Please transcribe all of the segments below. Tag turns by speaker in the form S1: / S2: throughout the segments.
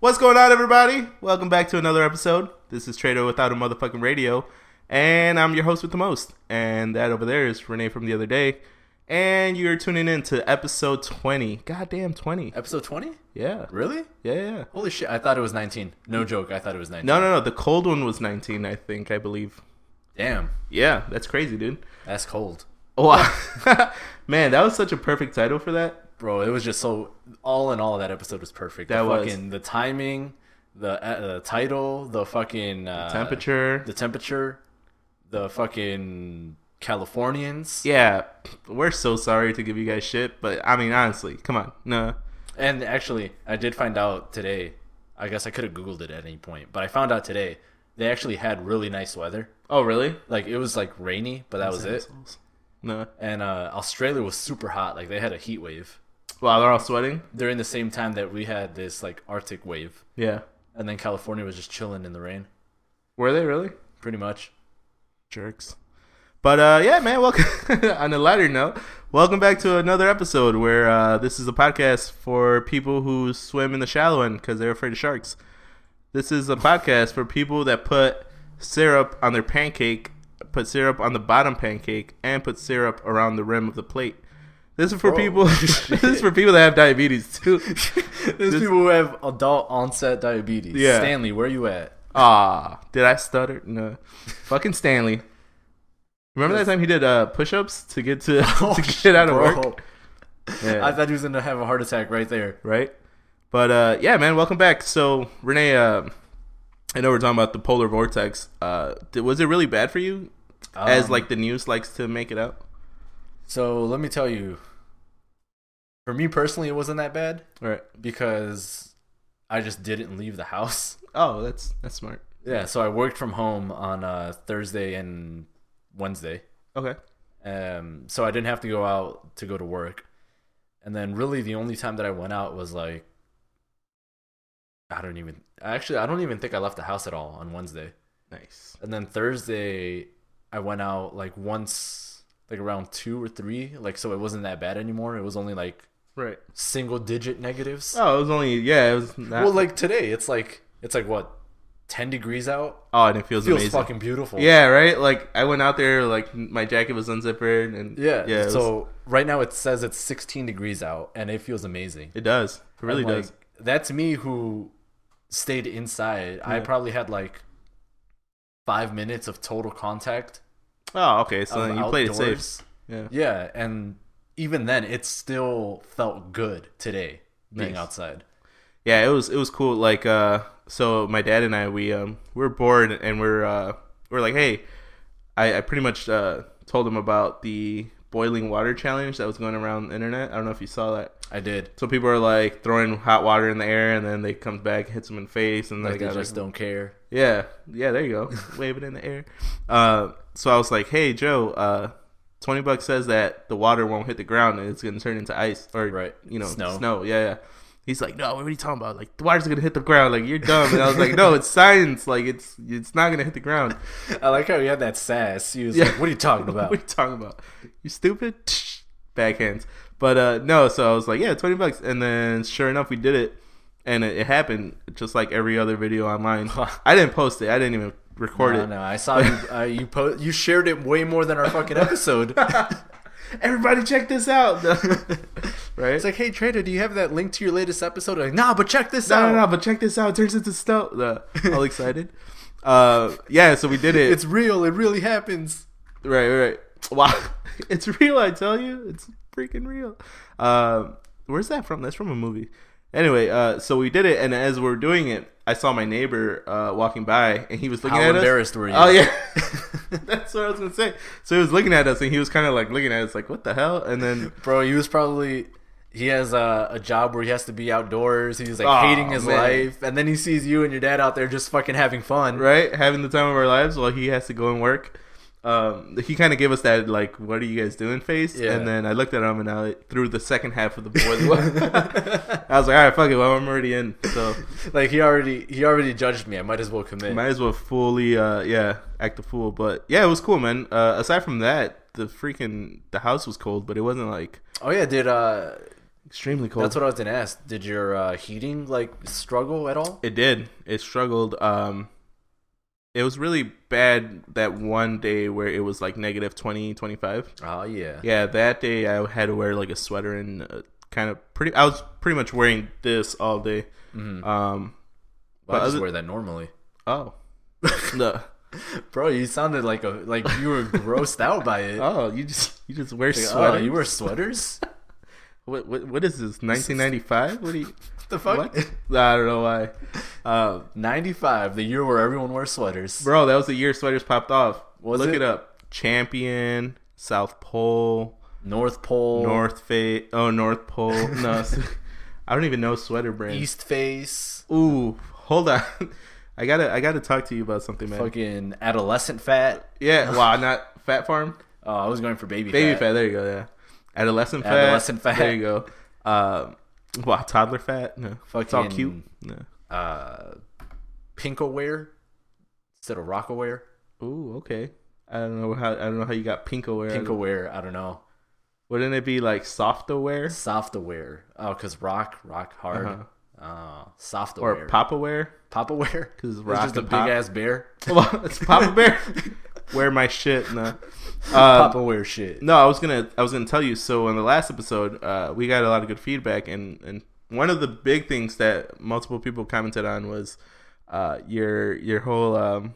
S1: What's going on, everybody? Welcome back to another episode. This is Trader Without a Motherfucking Radio, and I'm your host with the most. And that over there is Renee from the other day. And you're tuning in to episode 20. Goddamn 20.
S2: Episode 20?
S1: Yeah.
S2: Really?
S1: Yeah, yeah.
S2: Holy shit, I thought it was 19. No joke, I thought it was 19.
S1: No, no, no. The cold one was 19, I think, I believe.
S2: Damn,
S1: Yeah, that's crazy, dude.
S2: that's cold.
S1: Wow. Man, that was such a perfect title for that.
S2: Bro, it was just so all in all that episode was perfect.
S1: That
S2: the
S1: was.
S2: fucking the timing, the uh, the title, the fucking uh,
S1: Temperature.
S2: the temperature, the fucking Californians.
S1: yeah, we're so sorry to give you guys shit, but I mean, honestly, come on. No.
S2: And actually, I did find out today. I guess I could have googled it at any point, but I found out today they actually had really nice weather.
S1: Oh, really?
S2: Like it was like rainy, but that was it.
S1: No.
S2: And uh, Australia was super hot. Like they had a heat wave.
S1: Wow, they're all sweating?
S2: during the same time that we had this like Arctic wave,
S1: Yeah.
S2: and then California was just chilling in the rain,
S1: Were they really?
S2: pretty much.
S1: Jerks. But uh, yeah, man, welcome. on a lighter note, welcome back to another episode where uh, this is a podcast for people who swim in the shallow end because they're afraid of sharks. This is a podcast for people that put syrup on their pancake, put syrup on the bottom pancake, and put syrup around the rim of the plate. This is for
S2: Whoa.
S1: people. this is for people that have diabetes too.
S2: There's people who have adult onset diabetes.
S1: Yeah.
S2: Stanley, where you at?
S1: Ah, did I stutter? No. Fucking Stanley. Remember that time he did uh, push-ups to get to, to get out of
S2: Oh, Bro,
S1: work? Yeah,
S2: I thought he was gonna have a heart attack right there.
S1: right. But uh, yeah, man, welcome back. So Renee, uh, I know we're talking about the polar vortex. Uh, did, was it really bad for you, as
S2: Um,
S1: like the news likes to make it out?
S2: so, let me tell you. For me personally, it wasn't that bad
S1: All right.
S2: because I just didn't leave the house.
S1: Oh, that's that's smart.
S2: Yeah, so I worked from home on uh, Thursday and Wednesday.
S1: Okay.
S2: um, so I didn't have to go out to go to work. And then really the only time that I went out was like I don't even actually I don't even think I left the house at all on Wednesday.
S1: Nice.
S2: And then Thursday I went out like once like around 2 or 3 like so it wasn't that bad anymore. It was only like
S1: Right.
S2: single digit negatives.
S1: Oh, it was only yeah. It was not,
S2: well like today it's like it's like what 10 degrees out.
S1: oh, and it feels,
S2: Feels
S1: amazing.
S2: fucking beautiful.
S1: Yeah. Right. Like I went out there. Like my jacket was unzippered and
S2: Yeah.
S1: Yeah. it was-
S2: so right now it says it's 16 degrees out and it feels amazing.
S1: it does. It really
S2: like,
S1: does.
S2: That's me who stayed inside. I probably had like five minutes of total contact.
S1: Oh, okay. So
S2: of
S1: then you played it safe.
S2: outdoors.
S1: Yeah.
S2: Yeah, and even then, it still felt good today being
S1: Nice.
S2: outside.
S1: Yeah, it was it was cool. Like uh so my dad and I we um we we're bored and we're uh we're like, hey, I, I pretty much uh told him about the boiling water challenge that was going around the internet. I don't know if you saw that.
S2: I did.
S1: So people are like throwing hot water in the air and then they comes back, hits them in the face and
S2: Like,
S1: they
S2: I
S1: got like,
S2: just don't care.
S1: Yeah, yeah, there you go. Wave it in the air. Uh, so I was like, hey, Joe, uh, 20 bucks says that the water won't hit the ground and it's going to turn into ice or,
S2: Right.
S1: you know, snow.
S2: Snow.
S1: Yeah, yeah. He's like, no, what are you talking about? Like, the water's going to hit the ground. Like, you're dumb. And I was like, no, it's science. Like, it's it's not going to hit the ground.
S2: I like how you had that sass. He was
S1: Yeah.
S2: like, "What are you talking
S1: what are
S2: about?"
S1: you talking about? You stupid? Backhands. But uh, no, so I was like, yeah, 20 bucks. And then sure enough, we did it. And it, it happened just like every other video online. I didn't post it. I didn't even record
S2: No,
S1: it.
S2: no, I saw you. Uh, you po- You shared it way more than our fucking episode.
S1: everybody check this out right
S2: it's like, "Hey trader, do you have that link to your latest episode?" I'm like, nah, but check this
S1: no
S2: out.
S1: no no but check this out it turns into snow uh, all excited uh yeah so we did it
S2: It's real. It really happens.
S1: right right right. wow it's real i tell you it's freaking real um where's that from that's from a movie anyway uh so we did it and as we are doing it i saw my neighbor uh walking by and he was looking
S2: How
S1: at
S2: embarrassed
S1: us
S2: were you?
S1: oh yeah that's what i was gonna say so he was looking at us and he was kind of like looking at us like what the hell and then
S2: Bro, he was probably he has a, a job where he has to be outdoors. He's like
S1: Aw,
S2: hating his
S1: man.
S2: life, and then he sees you and your dad out there just fucking having fun.
S1: right? Having the time of our lives while he has to go and work. Um, he kind of gave us that like, "What are you guys doing?" face,
S2: Yeah.
S1: and then I looked at him and I threw the second half of the boiler. I was like, "All right, fuck it, well, I'm already in, so
S2: Like he already he already judged me. I might as well commit.
S1: might as well fully, uh, yeah, act a fool." But yeah, it was cool, man. Uh, aside from that, the freaking the house was cold, but it wasn't like
S2: oh yeah, did uh
S1: Extremely cold.
S2: That's what I was gonna ask. Did your uh, heating like struggle at all?
S1: It did. It struggled. Um, it was really bad that one day where it was like negative 20, 25.
S2: Oh yeah.
S1: Yeah, that day I had to wear like a sweater and uh, kind of pretty. I was pretty much wearing this all day.
S2: Mhm.
S1: Um,
S2: Well, I
S1: but
S2: just
S1: other-
S2: wear that normally.
S1: oh, no.
S2: Bro, you sounded like a like you were grossed out by it.
S1: Oh, you just you just wear
S2: Like,
S1: sweater.
S2: oh, you wear sweaters?
S1: what, what what is this? Nineteen ninety five? What do you?
S2: What the fuck?
S1: What? I don't know why. Uh,
S2: 95, the year where everyone wears sweaters.
S1: bro, that was the year sweaters popped off.
S2: Was
S1: Look
S2: it?
S1: it up. Champion, South Pole.
S2: North Pole,
S1: North Face. Oh, North Pole. No, s- I don't even know sweater brands.
S2: East Face,
S1: Ooh, hold on. I gotta, I gotta talk to you about something, man.
S2: fucking adolescent fat.
S1: Yeah, wow, not Fat Farm,
S2: Oh, I was going for baby,
S1: Baby
S2: fat.
S1: fat. There you go. Yeah, adolescent fat.
S2: Adolescent fat.
S1: There you go. Um, wow, toddler fat. No, it's all
S2: Fucking-
S1: cute. No.
S2: Uh, pink aware instead of rock aware.
S1: Ooh, okay. I don't know how. I don't know how you got pink aware.
S2: Pink aware, I don't know.
S1: Wouldn't it be like soft aware
S2: Soft aware. Oh, because rock, rock hard. uh
S1: Uh-huh.
S2: soft
S1: or
S2: aware.
S1: pop aware?
S2: pop aware.
S1: 'Cause
S2: It's
S1: rock
S2: just a
S1: and
S2: big
S1: pop.
S2: ass bear.
S1: Well, it's Papa Bear. Wear my shit. No. Uh,
S2: pop aware shit.
S1: No, I was gonna I was gonna tell you. So in the last episode, uh, we got a lot of good feedback, and and one of the big things that multiple people commented on was uh, your your whole um,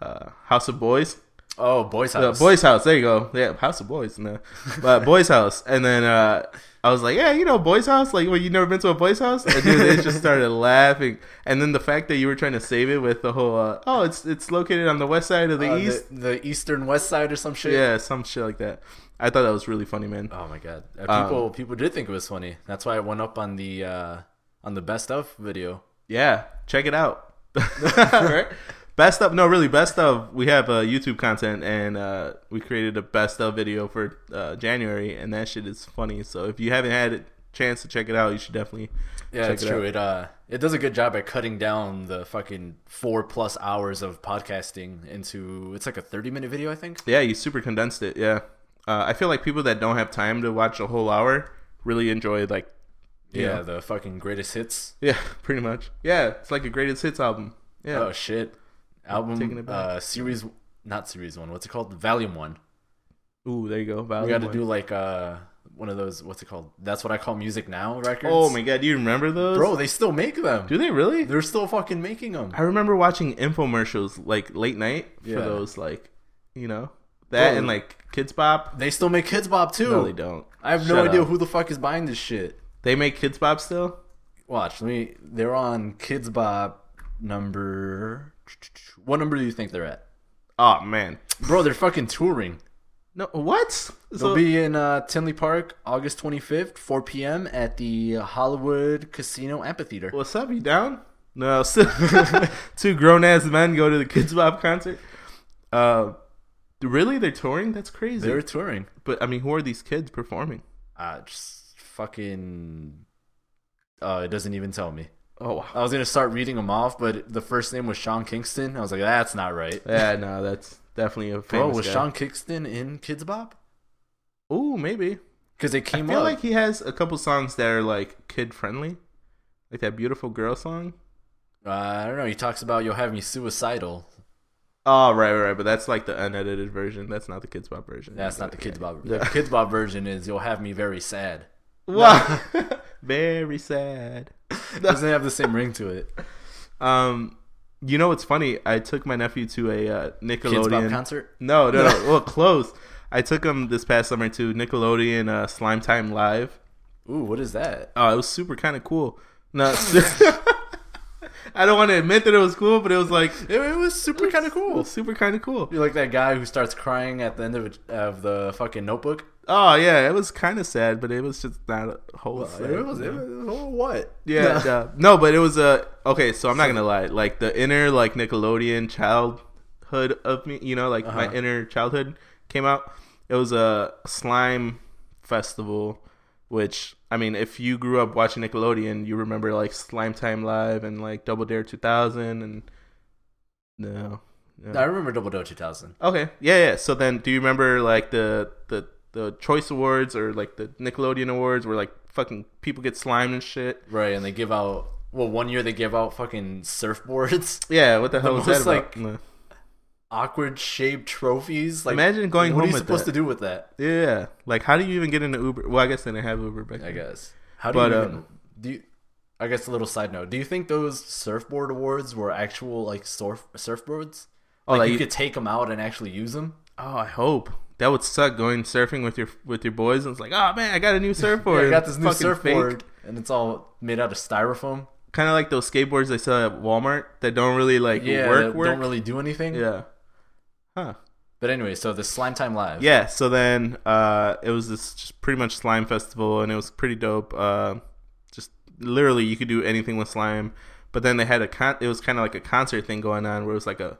S1: uh, House of Boys,
S2: Oh, boys
S1: the
S2: house.
S1: Boys House. There you go. Yeah, House of Boys. No, but Boys House. And then uh, I was like, yeah, you know, Boys House. Like, well, you never been to a Boys House? And dude, they just started laughing. And then the fact that you were trying to save it with the whole, uh, oh, it's it's located on the west side of the
S2: Uh,
S1: east.
S2: the, the eastern west side or some shit.
S1: yeah, some shit like that. I thought that was really funny, man.
S2: Oh my god. Uh,
S1: Um,
S2: people people did think it was funny. That's why I went up on the uh on the best of video.
S1: Yeah, check it out. right? Best of no, really best of. We have uh, YouTube content, and uh, we created a best of video for uh, January, and that shit is funny. So if you haven't had a chance to check it out, you should definitely.
S2: Yeah,
S1: check
S2: it's
S1: it
S2: true.
S1: out.
S2: It uh it does a good job at cutting down the fucking four plus hours of podcasting into it's like a thirty minute video, I think.
S1: Yeah, you super condensed it. Yeah, uh, I feel like people that don't have time to watch a whole hour really enjoy like.
S2: Yeah,
S1: Yeah.
S2: the fucking greatest hits.
S1: Yeah, pretty much. Yeah, it's like a greatest hits album. Yeah,
S2: Oh shit.
S1: Taking it
S2: Album
S1: back.
S2: uh series not series one, what's it called? Volume one.
S1: ooh, there you go. Volume
S2: Oh, We gotta
S1: one.
S2: do like uh one of those what's it called? That's what I call music now records.
S1: Oh my god, do you remember those?
S2: bro, they still make them.
S1: do they really?
S2: They're still fucking making them.
S1: I remember watching infomercials like late night
S2: Yeah.
S1: for those like, you know, that
S2: Bro.
S1: and like Kids Bop.
S2: They still make Kids Bop too.
S1: No, they don't.
S2: I have no
S1: Shut
S2: idea
S1: up.
S2: who the fuck is buying this shit.
S1: They make Kids Bop still.
S2: Watch, let me. They're on Kids Bop number. What number do you think they're at,
S1: Oh man,
S2: bro? They're fucking touring.
S1: no what? So
S2: They'll be in uh, Tinley Park August 25th, 4 p.m. at the Hollywood Casino Amphitheater.
S1: what's up? You down? No, still two grown ass men go to the Kids Bop concert. Uh, really? They're touring? That's crazy.
S2: They're touring.
S1: but I mean, who are these kids performing?
S2: Uh, just fucking. Uh, it doesn't even tell me.
S1: Oh wow.
S2: I was gonna start reading them off, but the first name was Sean Kingston. I was like, that's not right.
S1: Yeah, no, that's definitely a
S2: Bro,
S1: famous
S2: was
S1: guy.
S2: Sean Kingston in Kids Bop?
S1: Ooh, maybe.
S2: Because they
S1: I
S2: came
S1: feel
S2: up.
S1: like he has a couple songs that are like kid friendly, like that beautiful girl song.
S2: Uh, I don't know. He talks about you'll have me suicidal.
S1: Oh right, right, right, but that's like the unedited version. That's not the kids pop version.
S2: That's not the Kids Bob.
S1: Yeah.
S2: The Kids Bob version is you'll have me very sad.
S1: Wow, very sad.
S2: Doesn't have the same ring to it.
S1: Um, you know what's funny? I took my nephew to a uh,
S2: Kids Bob
S1: Nickelodeon.
S2: concert.
S1: no, no, no. well, close. I took him this past summer to Nickelodeon uh, Slime Time Live.
S2: Ooh, what is that?
S1: Oh, it was super kind of cool. No, I don't want to admit that it was cool, but it was like
S2: It, it was super kind of
S1: it
S2: cool.
S1: was super kind of cool.
S2: You're like that guy who starts crying at the end of, a, of the fucking Notebook.
S1: Oh yeah, it was kind of sad, but it was just not a whole lot.
S2: It was, it was- oh, what?
S1: Yeah,
S2: No.
S1: duh. no, but it was a okay. So I'm not gonna lie, like the inner like Nickelodeon childhood of me, you know, like my
S2: Uh-huh.
S1: inner childhood came out. It was a slime festival, which I mean, if you grew up watching Nickelodeon, you remember like Slime Time Live and like Double Dare 2000 and no,
S2: I remember Double Dare 2000.
S1: Okay. Yeah, yeah. So then do you remember like the the the choice awards or like the Nickelodeon awards where like fucking people get slimed and shit.
S2: Right, and they give out. Well, one year they give out fucking surfboards,
S1: Yeah, what the hell
S2: The
S1: was that
S2: most,
S1: about?
S2: like, awkward shaped trophies. Like,
S1: Imagine going home
S2: what are you
S1: with
S2: supposed
S1: that.
S2: to do with that?
S1: yeah, like how do you even get into Uber? Well, I guess they didn't have Uber back
S2: I
S1: then.
S2: guess. How do
S1: But,
S2: you
S1: um,
S2: even, do? You, I guess a little side note. Do you think those surfboard awards were actual like surf surfboards?
S1: Oh,
S2: Like,
S1: like
S2: you,
S1: you-
S2: could take them out and actually use them.
S1: Oh, I hope that would suck going surfing with your with your boys. And it's like, oh man, I got a new surfboard.
S2: I got this new surfboard, and it's all made out of styrofoam.
S1: kind of like those skateboards they sell at Walmart that don't really like
S2: Yeah,
S1: work
S2: that
S1: work.
S2: don't really do anything.
S1: yeah. Huh.
S2: But anyway, so the slime time live.
S1: Yeah. So then uh, it was this just pretty much slime festival, and it was pretty dope. Uh, just literally, you could do anything with slime. But then they had a con- it was kind of like a concert thing going on where it was like a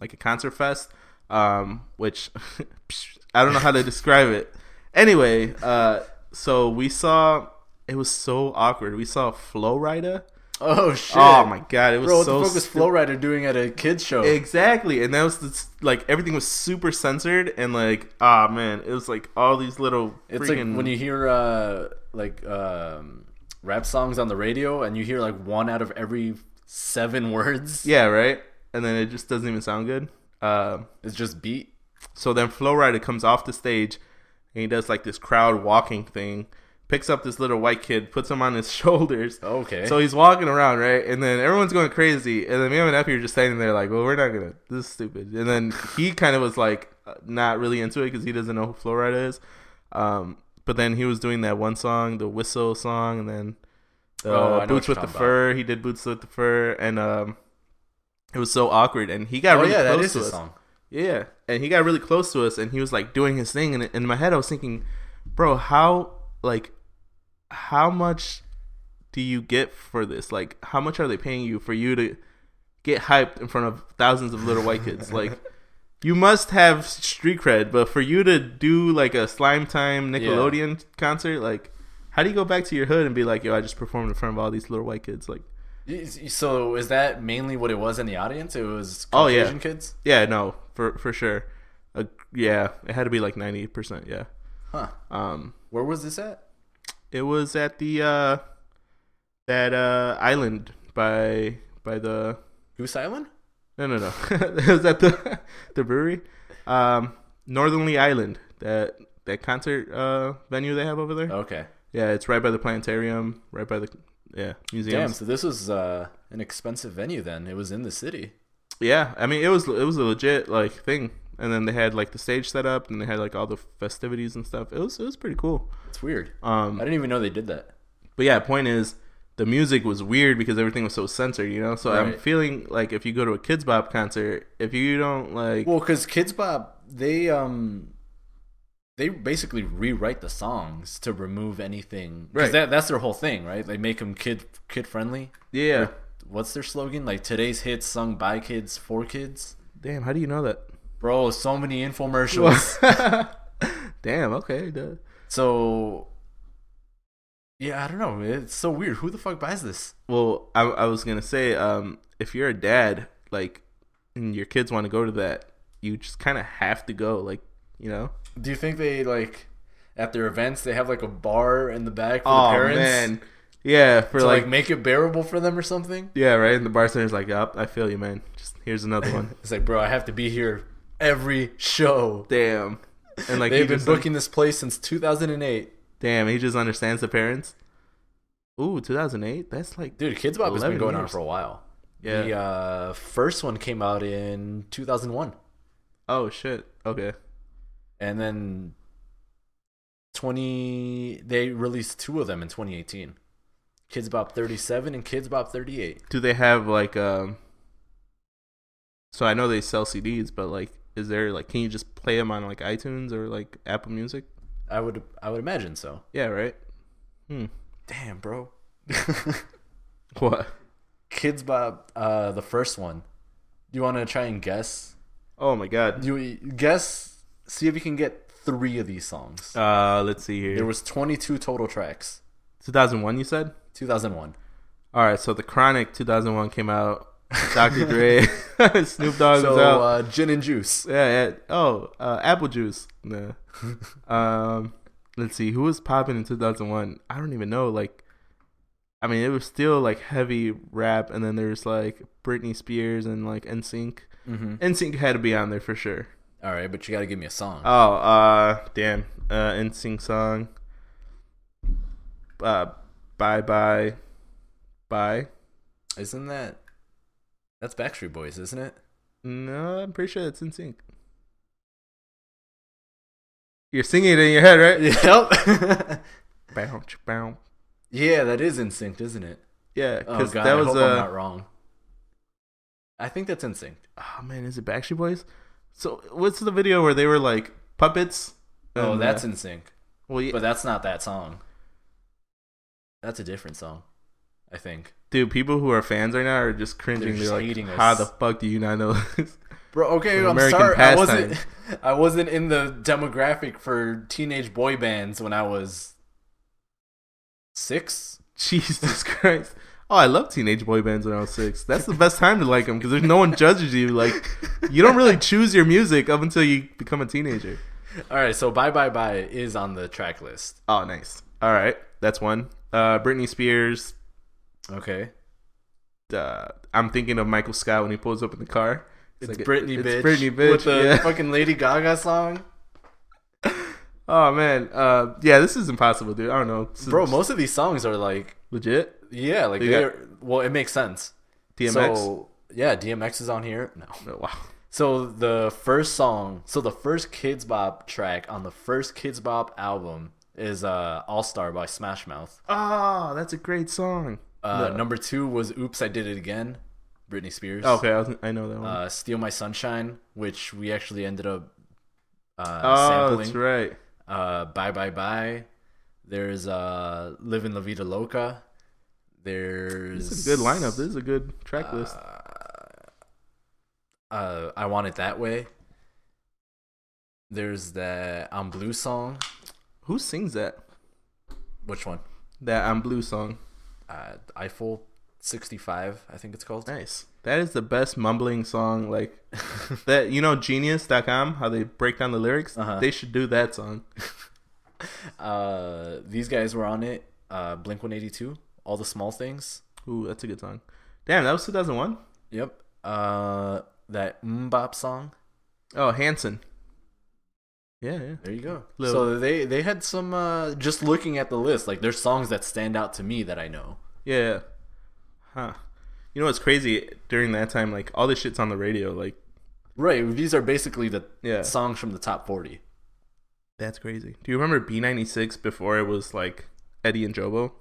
S1: like a concert fest, um, which I don't know how to describe it. Anyway, uh, so we saw it was so awkward. We saw Flow Rida.
S2: Oh shit.
S1: Oh my god, it was
S2: Bro, what
S1: so
S2: the fuck was
S1: stu-
S2: Flow Rider doing at a kids show?
S1: Exactly, and that was the, like everything was super censored, and like ah man, it was like all these little.
S2: it's
S1: freaking,
S2: like when you hear uh like um rap songs on the radio and you hear like one out of every seven words.
S1: yeah right, and then it just doesn't even sound good. Um,
S2: It's just beat.
S1: so then Flow Rider comes off the stage, and he does like this crowd walking thing, picks up this little white kid, puts him on his shoulders.
S2: Okay.
S1: So he's walking around, right? And then everyone's going crazy. And then me and my nephew are just standing there, like, well, we're not going to. This is stupid. And then he kind of was like, uh, not really into it because he doesn't know who Florida is. Um, but then he was doing that one song, the whistle song, and then the
S2: Oh, I know what
S1: Boots
S2: you're
S1: with the
S2: talking about.
S1: Fur. He did Boots with the Fur. And um, it was so awkward. And he got
S2: oh
S1: really
S2: yeah,
S1: close
S2: that is
S1: to
S2: his
S1: us.
S2: song.
S1: Yeah, and he got really close to us, and he was like doing his thing, and in my head I was thinking, bro, how like, how much do you get for this? Like, how much are they paying you for you to get hyped in front of thousands of little white kids? Like, you must have street cred, but for you to do like a slime time Nickelodeon concert, like, how do you go back to your hood and be like, yo, I just performed in front of all these little white kids? Like,
S2: Y- So is that mainly what it was in the audience? It was
S1: Oh, yeah.
S2: Caucasian kids?
S1: yeah, no, for for sure, uh, yeah, it had to be like ninety percent, yeah.
S2: Huh.
S1: Um,
S2: Where was this at?
S1: It was at the uh that uh island by by the
S2: Goose Island?
S1: no no no. it was at the the brewery. Um Northernly Island. That that concert uh venue they have over there.
S2: Okay.
S1: Yeah, it's right by the planetarium, right by the yeah,
S2: Damn,
S1: museum.
S2: so this was uh, an expensive venue then. It was in the city.
S1: Yeah, I mean it was it was a legit like thing. And then they had like the stage set up and they had like all the festivities and stuff. It was it was pretty cool.
S2: It's weird.
S1: Um
S2: I didn't even know they did that.
S1: But yeah, point is the music was weird because everything was so censored, you know. So I'm
S2: Right.
S1: feeling like if you go to a Kids Bop concert, if you don't like,
S2: Well, because Kids Bop, they um, they basically rewrite the songs to remove anything. 'cause
S1: Right.
S2: That, that's their whole thing, right? They make them kid kid friendly.
S1: yeah,
S2: What's their slogan? Like today's hits sung by kids for kids.
S1: damn, how do you know that?
S2: Bro, so many infomercials.
S1: damn, okay, duh.
S2: so, yeah, I don't know. It's so weird. Who the fuck buys this?
S1: Well, I, I was gonna say, um, if you're a dad, like, and your kids want to go to that, you just kind of have to go, like, you know.
S2: Do you think they like at their events they have like a bar in the back for
S1: Oh
S2: the parents?
S1: man, yeah, for
S2: To
S1: like,
S2: like make it bearable for them or something.
S1: yeah, right. And the bartender's like, "Yup, I feel you, man. Just here's another one."
S2: It's like, bro, I have to be here every show.
S1: damn, and like he
S2: They've been
S1: just, like,
S2: booking this place since 2008.
S1: Damn, he just understands the parents. Ooh, 2008. That's like
S2: Dude, Kids Bop has been
S1: 11
S2: going on
S1: years.
S2: for a while.
S1: yeah.
S2: The uh, first one came out in 2001.
S1: Oh shit. Okay.
S2: And then 20 they released two of them in 2018. Kids Bop 37 and Kids Bop 38.
S1: Do they have like um? So I know they sell CDs, but like, is there like, can you just play them on like iTunes or like Apple Music?
S2: I would I would imagine so.
S1: Yeah, right. Hmm.
S2: Damn, bro.
S1: What?
S2: Kids Bop uh the first one. Do you want to try and guess?
S1: Oh my god.
S2: Do you guess see if you can get 3 of these songs.
S1: Uh, let's see
S2: There
S1: here.
S2: was 22 total tracks.
S1: 2001. You said.
S2: 2001.
S1: All right. So the Chronic 2001 came out. Dr. Dre, Snoop Dogg
S2: So
S1: was out.
S2: uh, gin and juice.
S1: Yeah, yeah. Oh, uh, apple juice. Nah. um, let's see who was popping in 2001 i don't even know like i mean it was still like heavy rap and then there's like britney spears and like nsync
S2: Mm-hmm.
S1: nsync had to be on there for sure
S2: All right, but you got to give me a song.
S1: oh uh damn uh nsync song uh bye bye bye
S2: Isn't that that's Backstreet Boys, isn't it?
S1: no i'm pretty sure it's nsync you're singing it in your head right
S2: Yep.
S1: bounce bounce
S2: yeah, that is Instinct, isn't it?
S1: yeah
S2: Oh
S1: because
S2: god,
S1: that
S2: I
S1: was
S2: hope I'm
S1: uh
S2: not wrong. I think that's Instinct.
S1: oh man, is it Backstreet Boys? So what's the video where they were like puppets?
S2: Oh,
S1: And,
S2: that's
S1: uh,
S2: Instinct,
S1: well, yeah,
S2: but that's not that song. That's a different song, I think.
S1: dude. People who are fans right now are just cringing.
S2: just
S1: They're,
S2: hating
S1: like, how
S2: us.
S1: the fuck do you not know this?
S2: Bro, okay,
S1: An
S2: I'm
S1: American
S2: sorry. I wasn't.
S1: pastime.
S2: I wasn't in the demographic for teenage boy bands when I was six.
S1: Jesus Christ! Oh, I love teenage boy bands when I was six. That's the best time to like them because there's no one judges you. Like, you don't really choose your music up until you become a teenager.
S2: All right, so bye bye bye is on the track list.
S1: Oh, nice. All right, that's one. Uh, Britney Spears.
S2: Okay,
S1: Uh, I'm thinking of Michael Scott when he pulls up in the car.
S2: it's,
S1: like,
S2: Britney,
S1: it's
S2: bitch.
S1: Britney, bitch,
S2: with the
S1: yeah.
S2: fucking Lady Gaga song.
S1: Oh man, uh, yeah, this is impossible, dude. I don't know, This is
S2: Bro, most of these songs are like,
S1: legit.
S2: yeah, like
S1: You
S2: they
S1: got-
S2: are. Well, it makes sense.
S1: DMX.
S2: So yeah, DMX is on here. No.
S1: Oh, wow.
S2: So the first song, so the first Kids Bop track on the first Kids Bop album is uh, "All Star" by Smash Mouth.
S1: Oh, that's a great song.
S2: Uh,
S1: No.
S2: Number two was "Oops, I Did It Again," Britney Spears.
S1: Okay, I, was, I know that one.
S2: Uh, "Steal My Sunshine," which we actually ended up uh,
S1: oh,
S2: sampling.
S1: that's right.
S2: uh, "Bye Bye Bye." There's uh, "Living La Vida Loca." There's
S1: This is a good lineup. This is a good track list.
S2: uh, I Want It That Way. There's that I'm Blue song.
S1: Who sings that?
S2: Which one?
S1: That I'm Blue song.
S2: Uh, Eiffel 65, I think it's called.
S1: Nice. That is the best mumbling song. Like that, you know, Genius.com. How they break down the lyrics.
S2: Uh-huh.
S1: They should do that song.
S2: Uh, these guys were on it. Uh, Blink 182, All the Small Things.
S1: Ooh, that's a good song. Damn, that was 2001.
S2: Yep. Uh, that Mbop song.
S1: Oh, Hanson. Yeah, yeah.
S2: There you go.
S1: Lil-
S2: So they they had some. Uh, just looking at the list, like there's songs that stand out to me that I know.
S1: Yeah. Huh. You know what's crazy? During that time, like all this shit's on the radio. Like
S2: Right. These are basically the
S1: Yeah.
S2: songs from the top 40.
S1: that's crazy. Do you remember B ninety six before it was like Eddie and Jobo?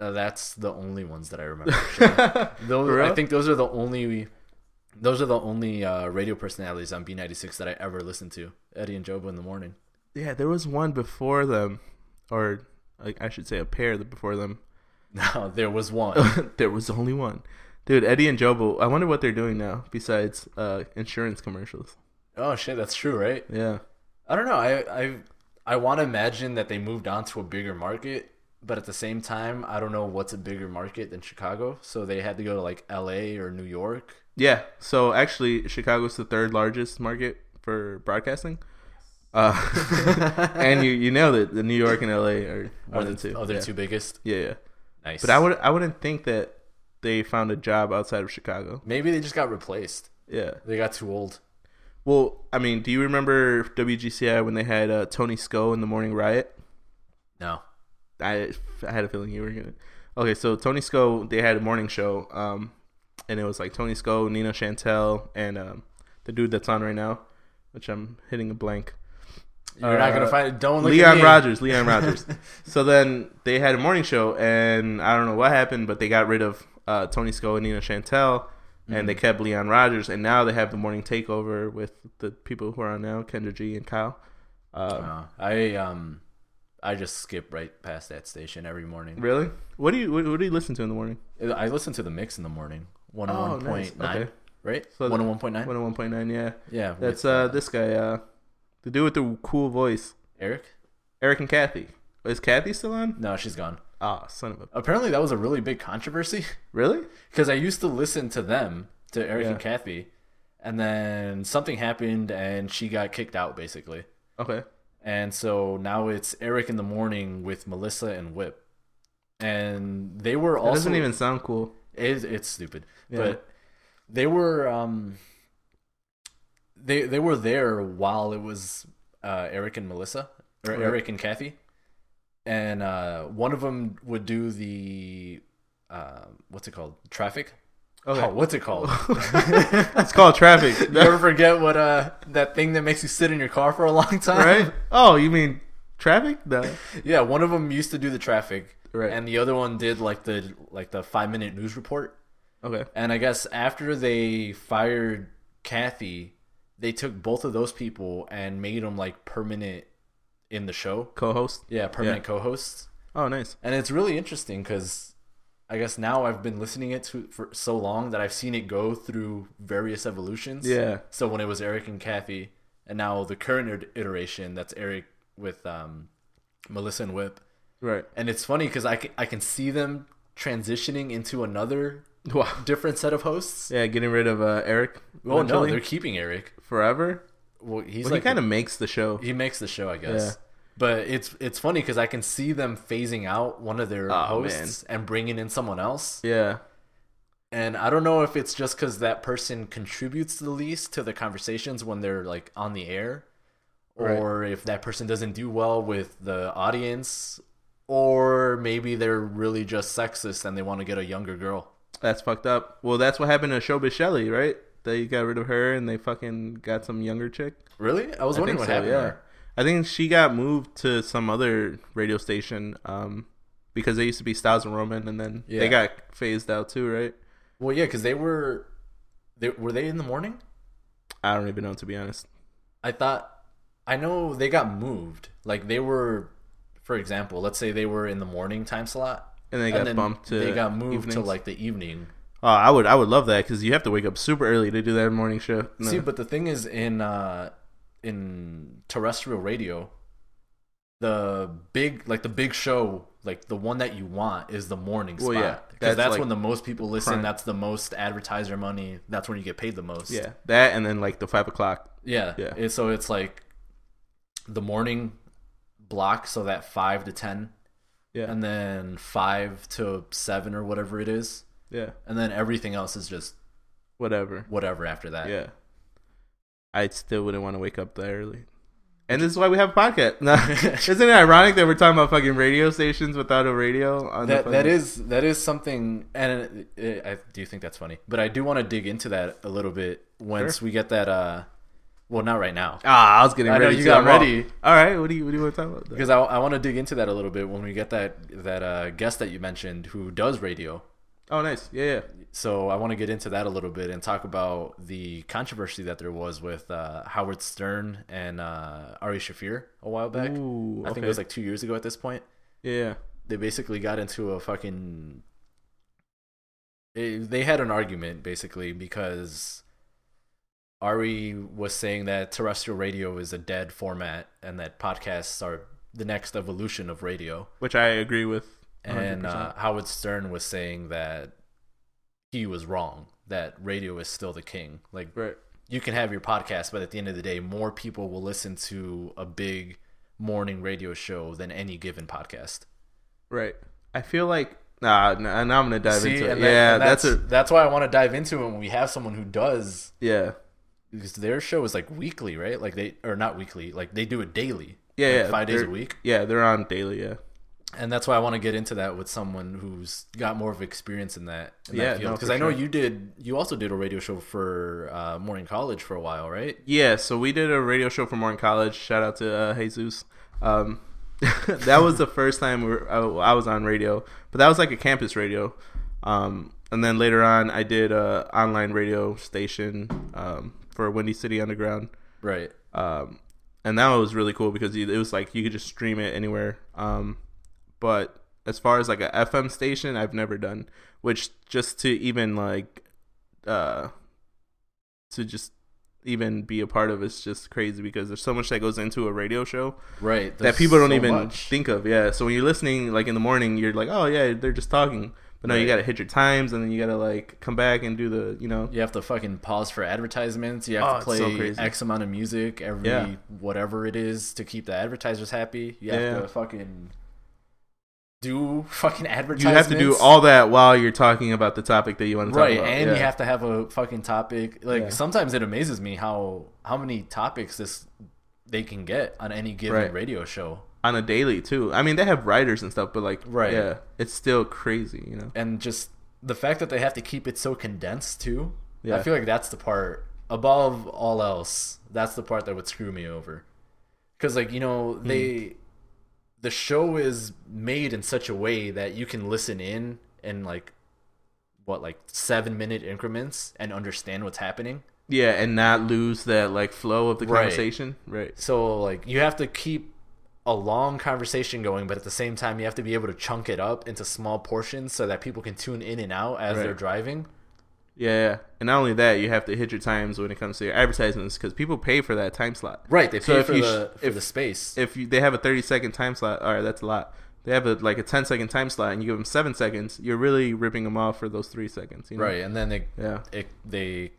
S2: Uh, that's the only ones that I remember.
S1: For
S2: Those,
S1: real?
S2: I think those are the only those are the only uh, radio personalities on B96 that I ever listened to. Eddie and Jobo in the morning.
S1: yeah, there was one before them, or like I should say, a pair that before them.
S2: No, there was one.
S1: there was only one, dude. Eddie and Jobo. I wonder what they're doing now besides uh, insurance commercials.
S2: oh shit, that's true, right?
S1: Yeah.
S2: I don't know. I I I want to imagine that they moved on to a bigger market, but at the same time, I don't know what's a bigger market than Chicago. So they had to go to like LA or New York.
S1: Yeah. So actually, Chicago's the third largest market for broadcasting. Uh, and you you nailed it. The New York and L.A. are
S2: Are
S1: one
S2: the
S1: and two.
S2: Oh, they're
S1: yeah.
S2: two biggest.
S1: Yeah, yeah.
S2: Nice.
S1: But I would I wouldn't think that they found a job outside of Chicago.
S2: maybe they just got replaced.
S1: Yeah.
S2: They got too old.
S1: Well, I mean, do you remember WGCI when they had uh, Tony Sco in the Morning Riot?
S2: No.
S1: I I had a feeling you were gonna. Okay, so Tony Sco they had a morning show, um, and it was like Tony Sco, Nina Chantel, and um, the dude that's on right now, which I'm hitting a blank.
S2: You're not
S1: Uh,
S2: gonna find it. Don't look at
S1: Leon
S2: me.
S1: Rogers, Leon Rogers. so then they had a morning show, and I don't know what happened, but they got rid of uh, Tony Sco and Nina Chantel, and
S2: Mm.
S1: they kept Leon Rogers, and now they have the morning takeover with the people who are on now, Kendra G and Kyle. Uh,
S2: Uh, I um, I just skip right past that station every morning.
S1: really? What do you what, what do you listen to in the morning?
S2: I listen to the mix in the morning. One hundred
S1: Oh,
S2: one
S1: nice.
S2: point nine,
S1: Okay.
S2: right?
S1: So the-
S2: One hundred one point nine.
S1: One hundred one point nine. Yeah,
S2: Yeah,
S1: that's
S2: with,
S1: uh this guy, uh, the dude with the cool voice,
S2: Eric.
S1: Eric and Kathy. Is Kathy still on?
S2: No, she's gone.
S1: Ah, son of a
S2: Apparently, that was a really big controversy
S1: really?
S2: because I used to listen to them to Eric
S1: Yeah.
S2: and Kathy, and then something happened and she got kicked out basically.
S1: Okay.
S2: And so now it's Eric in the morning with Melissa and Whip. And they were
S1: That
S2: also
S1: doesn't even sound cool.
S2: it, it's stupid.
S1: Yeah.
S2: But they were um they they were there while it was uh, Eric and Melissa or
S1: Right.
S2: Eric and Kathy. And uh, one of them would do the uh, what's it called? Traffic? Oh,
S1: Okay.
S2: what's it called?
S1: it's called traffic.
S2: You ever forget what uh that thing that makes you sit in your car for a long time?
S1: right? Oh, you mean traffic? No.
S2: Yeah, one of them used to do the traffic,
S1: Right.
S2: and the other one did like the like the five minute news report.
S1: Okay.
S2: And I guess after they fired Kathy, they took both of those people and made them like permanent in the show.
S1: Co-host.
S2: Yeah, permanent co-hosts.
S1: Oh, nice.
S2: And it's really interesting because I guess now I've been listening it to for so long that I've seen it go through various evolutions.
S1: Yeah.
S2: So when it was Eric and Kathy, and now the current iter- iteration that's Eric with um, Melissa and Whip,
S1: Right.
S2: and it's funny because I can, I can see them transitioning into another
S1: Wow.
S2: different set of hosts.
S1: Yeah, getting rid of uh, Eric.
S2: Oh no,
S1: eventually.
S2: they're keeping Eric.
S1: forever.
S2: Well, he's
S1: Well,
S2: like
S1: he kind of makes the show.
S2: he makes the show, I guess.
S1: Yeah.
S2: But it's it's funny because I can see them phasing out one of their
S1: Aw,
S2: hosts and bringing in someone else.
S1: Yeah.
S2: And I don't know if it's just because that person contributes the least to the conversations when they're like on the air,
S1: Right.
S2: or if that person doesn't do well with the audience, or maybe they're really just sexist and they want to get a younger girl.
S1: That's fucked up. Well, that's what happened to Showbiz Shelley, right? They got rid of her and they fucking got some younger chick.
S2: Really? I was
S1: I think
S2: wondering what
S1: so,
S2: happened.
S1: yeah.
S2: there.
S1: I think she got moved to some other radio station um, because they used to be Styles and Roman and then
S2: Yeah.
S1: they got phased out too, right?
S2: Well, yeah, because they were, they were they in the morning?
S1: I don't even know, to be honest.
S2: I thought I know they got moved. Like they were, for example, let's say they were in the morning time slot.
S1: And they
S2: and
S1: got
S2: then
S1: bumped to
S2: they got moved to
S1: evenings.
S2: like the evening.
S1: Oh, I would I would love that because you have to wake up super early to do that morning show. No.
S2: See, but the thing is, in uh, in terrestrial radio, the big like the big show, like the one that you want is the morning
S1: Well,
S2: spot.
S1: yeah, that's
S2: because that's,
S1: like
S2: when the most people listen.
S1: prime.
S2: That's the most advertiser money. That's when you get paid the most.
S1: yeah, that and then like the five o'clock.
S2: yeah.
S1: Yeah.
S2: And so it's like the morning block, so that five to ten,
S1: Yeah,
S2: and then five to seven or whatever it is,
S1: yeah,
S2: and then everything else is just
S1: whatever.
S2: whatever after that.
S1: Yeah, I still wouldn't want to wake up that early. And this is why we have a podcast. No. Isn't it ironic that we're talking about fucking radio stations without a radio? On
S2: that
S1: the
S2: that
S1: fucking-
S2: is that is something, and uh, I do think that's funny. But I do want to dig into that a little bit once we get that. uh Well, not right now,
S1: Ah, I was getting
S2: I know,
S1: ready.
S2: you
S1: too.
S2: got
S1: I'm all-
S2: ready.
S1: All right, what do you what do you want to talk about?
S2: because I, I want to dig into that a little bit when we get that that uh, guest that you mentioned who does radio.
S1: oh, nice. Yeah, yeah.
S2: So I want to get into that a little bit and talk about the controversy that there was with uh, Howard Stern and uh, Ari Shafir a while back.
S1: Ooh,
S2: I think
S1: okay.
S2: it was like two years ago at this point.
S1: yeah,
S2: they basically got into a fucking it, they had an argument basically because Ari was saying that terrestrial radio is a dead format and that podcasts are the next evolution of radio
S1: which I agree with. 100%.
S2: and uh, Howard Stern was saying that he was wrong that radio is still the king like
S1: right,
S2: you can have your podcast, but at the end of the day, more people will listen to a big morning radio show than any given podcast.
S1: right. I feel like nah. nah now I'm gonna dive
S2: See,
S1: into it.
S2: and that-
S1: yeah,
S2: and
S1: that's,
S2: that's
S1: a
S2: that's why I want to dive into it when we have someone who does
S1: yeah.
S2: because their show is like weekly, right? Like they or not weekly, like they do it daily.
S1: Yeah,
S2: like
S1: yeah,
S2: five days a
S1: they're-
S2: week,
S1: Yeah, they're on daily. Yeah,
S2: and that's why I want to get into that with someone who's got more of experience in that. In
S1: Yeah,
S2: that field.
S1: no,
S2: because
S1: for
S2: I know
S1: sure.
S2: you did. You also did a radio show for uh, morning college for a while, right?
S1: yeah. So we did a radio show for Morning College. Shout out to uh, Jesus. Um, that was the first time we were, I, I was on radio, but that was like a campus radio. Um, and then later on, I did a online radio station um, for Windy City Underground.
S2: Right.
S1: um, and that was really cool because it was like you could just stream it anywhere. Um, but as far as like a FM station, I've never done. Which just to even like, uh, to just even be a part of is just crazy because there's so much that goes into a radio show
S2: Right.
S1: that
S2: There's
S1: people don't
S2: so
S1: even
S2: much.
S1: think of. Yeah. So when you're listening, like in the morning, you're like, oh yeah, they're just talking. But no, you
S2: Right.
S1: got to hit your times, and then you got to like come back and do the you know.
S2: You have to fucking pause for advertisements. You
S1: Oh,
S2: have
S1: it's
S2: to play
S1: so crazy.
S2: X amount of music every
S1: Yeah.
S2: whatever it is to keep the advertisers happy. You have
S1: Yeah.
S2: to fucking do fucking advertisements.
S1: You have to do all that while you're talking about the topic that you want to
S2: right,
S1: talk about.
S2: and
S1: yeah.
S2: you have to have a fucking topic. Like
S1: Yeah.
S2: sometimes it amazes me how how many topics this they can get on any given
S1: Right.
S2: radio show.
S1: on a daily too. I mean, they have writers and stuff, but like,
S2: Right.
S1: yeah, it's still crazy, you know.
S2: and just the fact that they have to keep it so condensed too.
S1: Yeah.
S2: I feel like that's the part above all else. That's the part that would screw me over. Cuz like, you know,
S1: Hmm.
S2: they the show is made in such a way that you can listen in and like what like 7 minute increments and understand what's happening.
S1: Yeah, and not lose that like flow of the
S2: Right.
S1: conversation. Right.
S2: So like you have to keep a long conversation going, but at the same time you have to be able to chunk it up into small portions so that people can tune in and out as they're
S1: Right.
S2: driving.
S1: Yeah, and not only that, you have to hit your times when it comes to your advertisements because people pay for that time slot.
S2: Right, they pay
S1: So if
S2: for
S1: you
S2: the
S1: sh-
S2: for
S1: if-
S2: the space.
S1: If you, they have a thirty second time slot, all right, that's a lot. They have a, like a 10 second time slot, and you give them seven seconds. You're really ripping them off for those three seconds. You know?
S2: right, and then they
S1: Yeah.
S2: it, they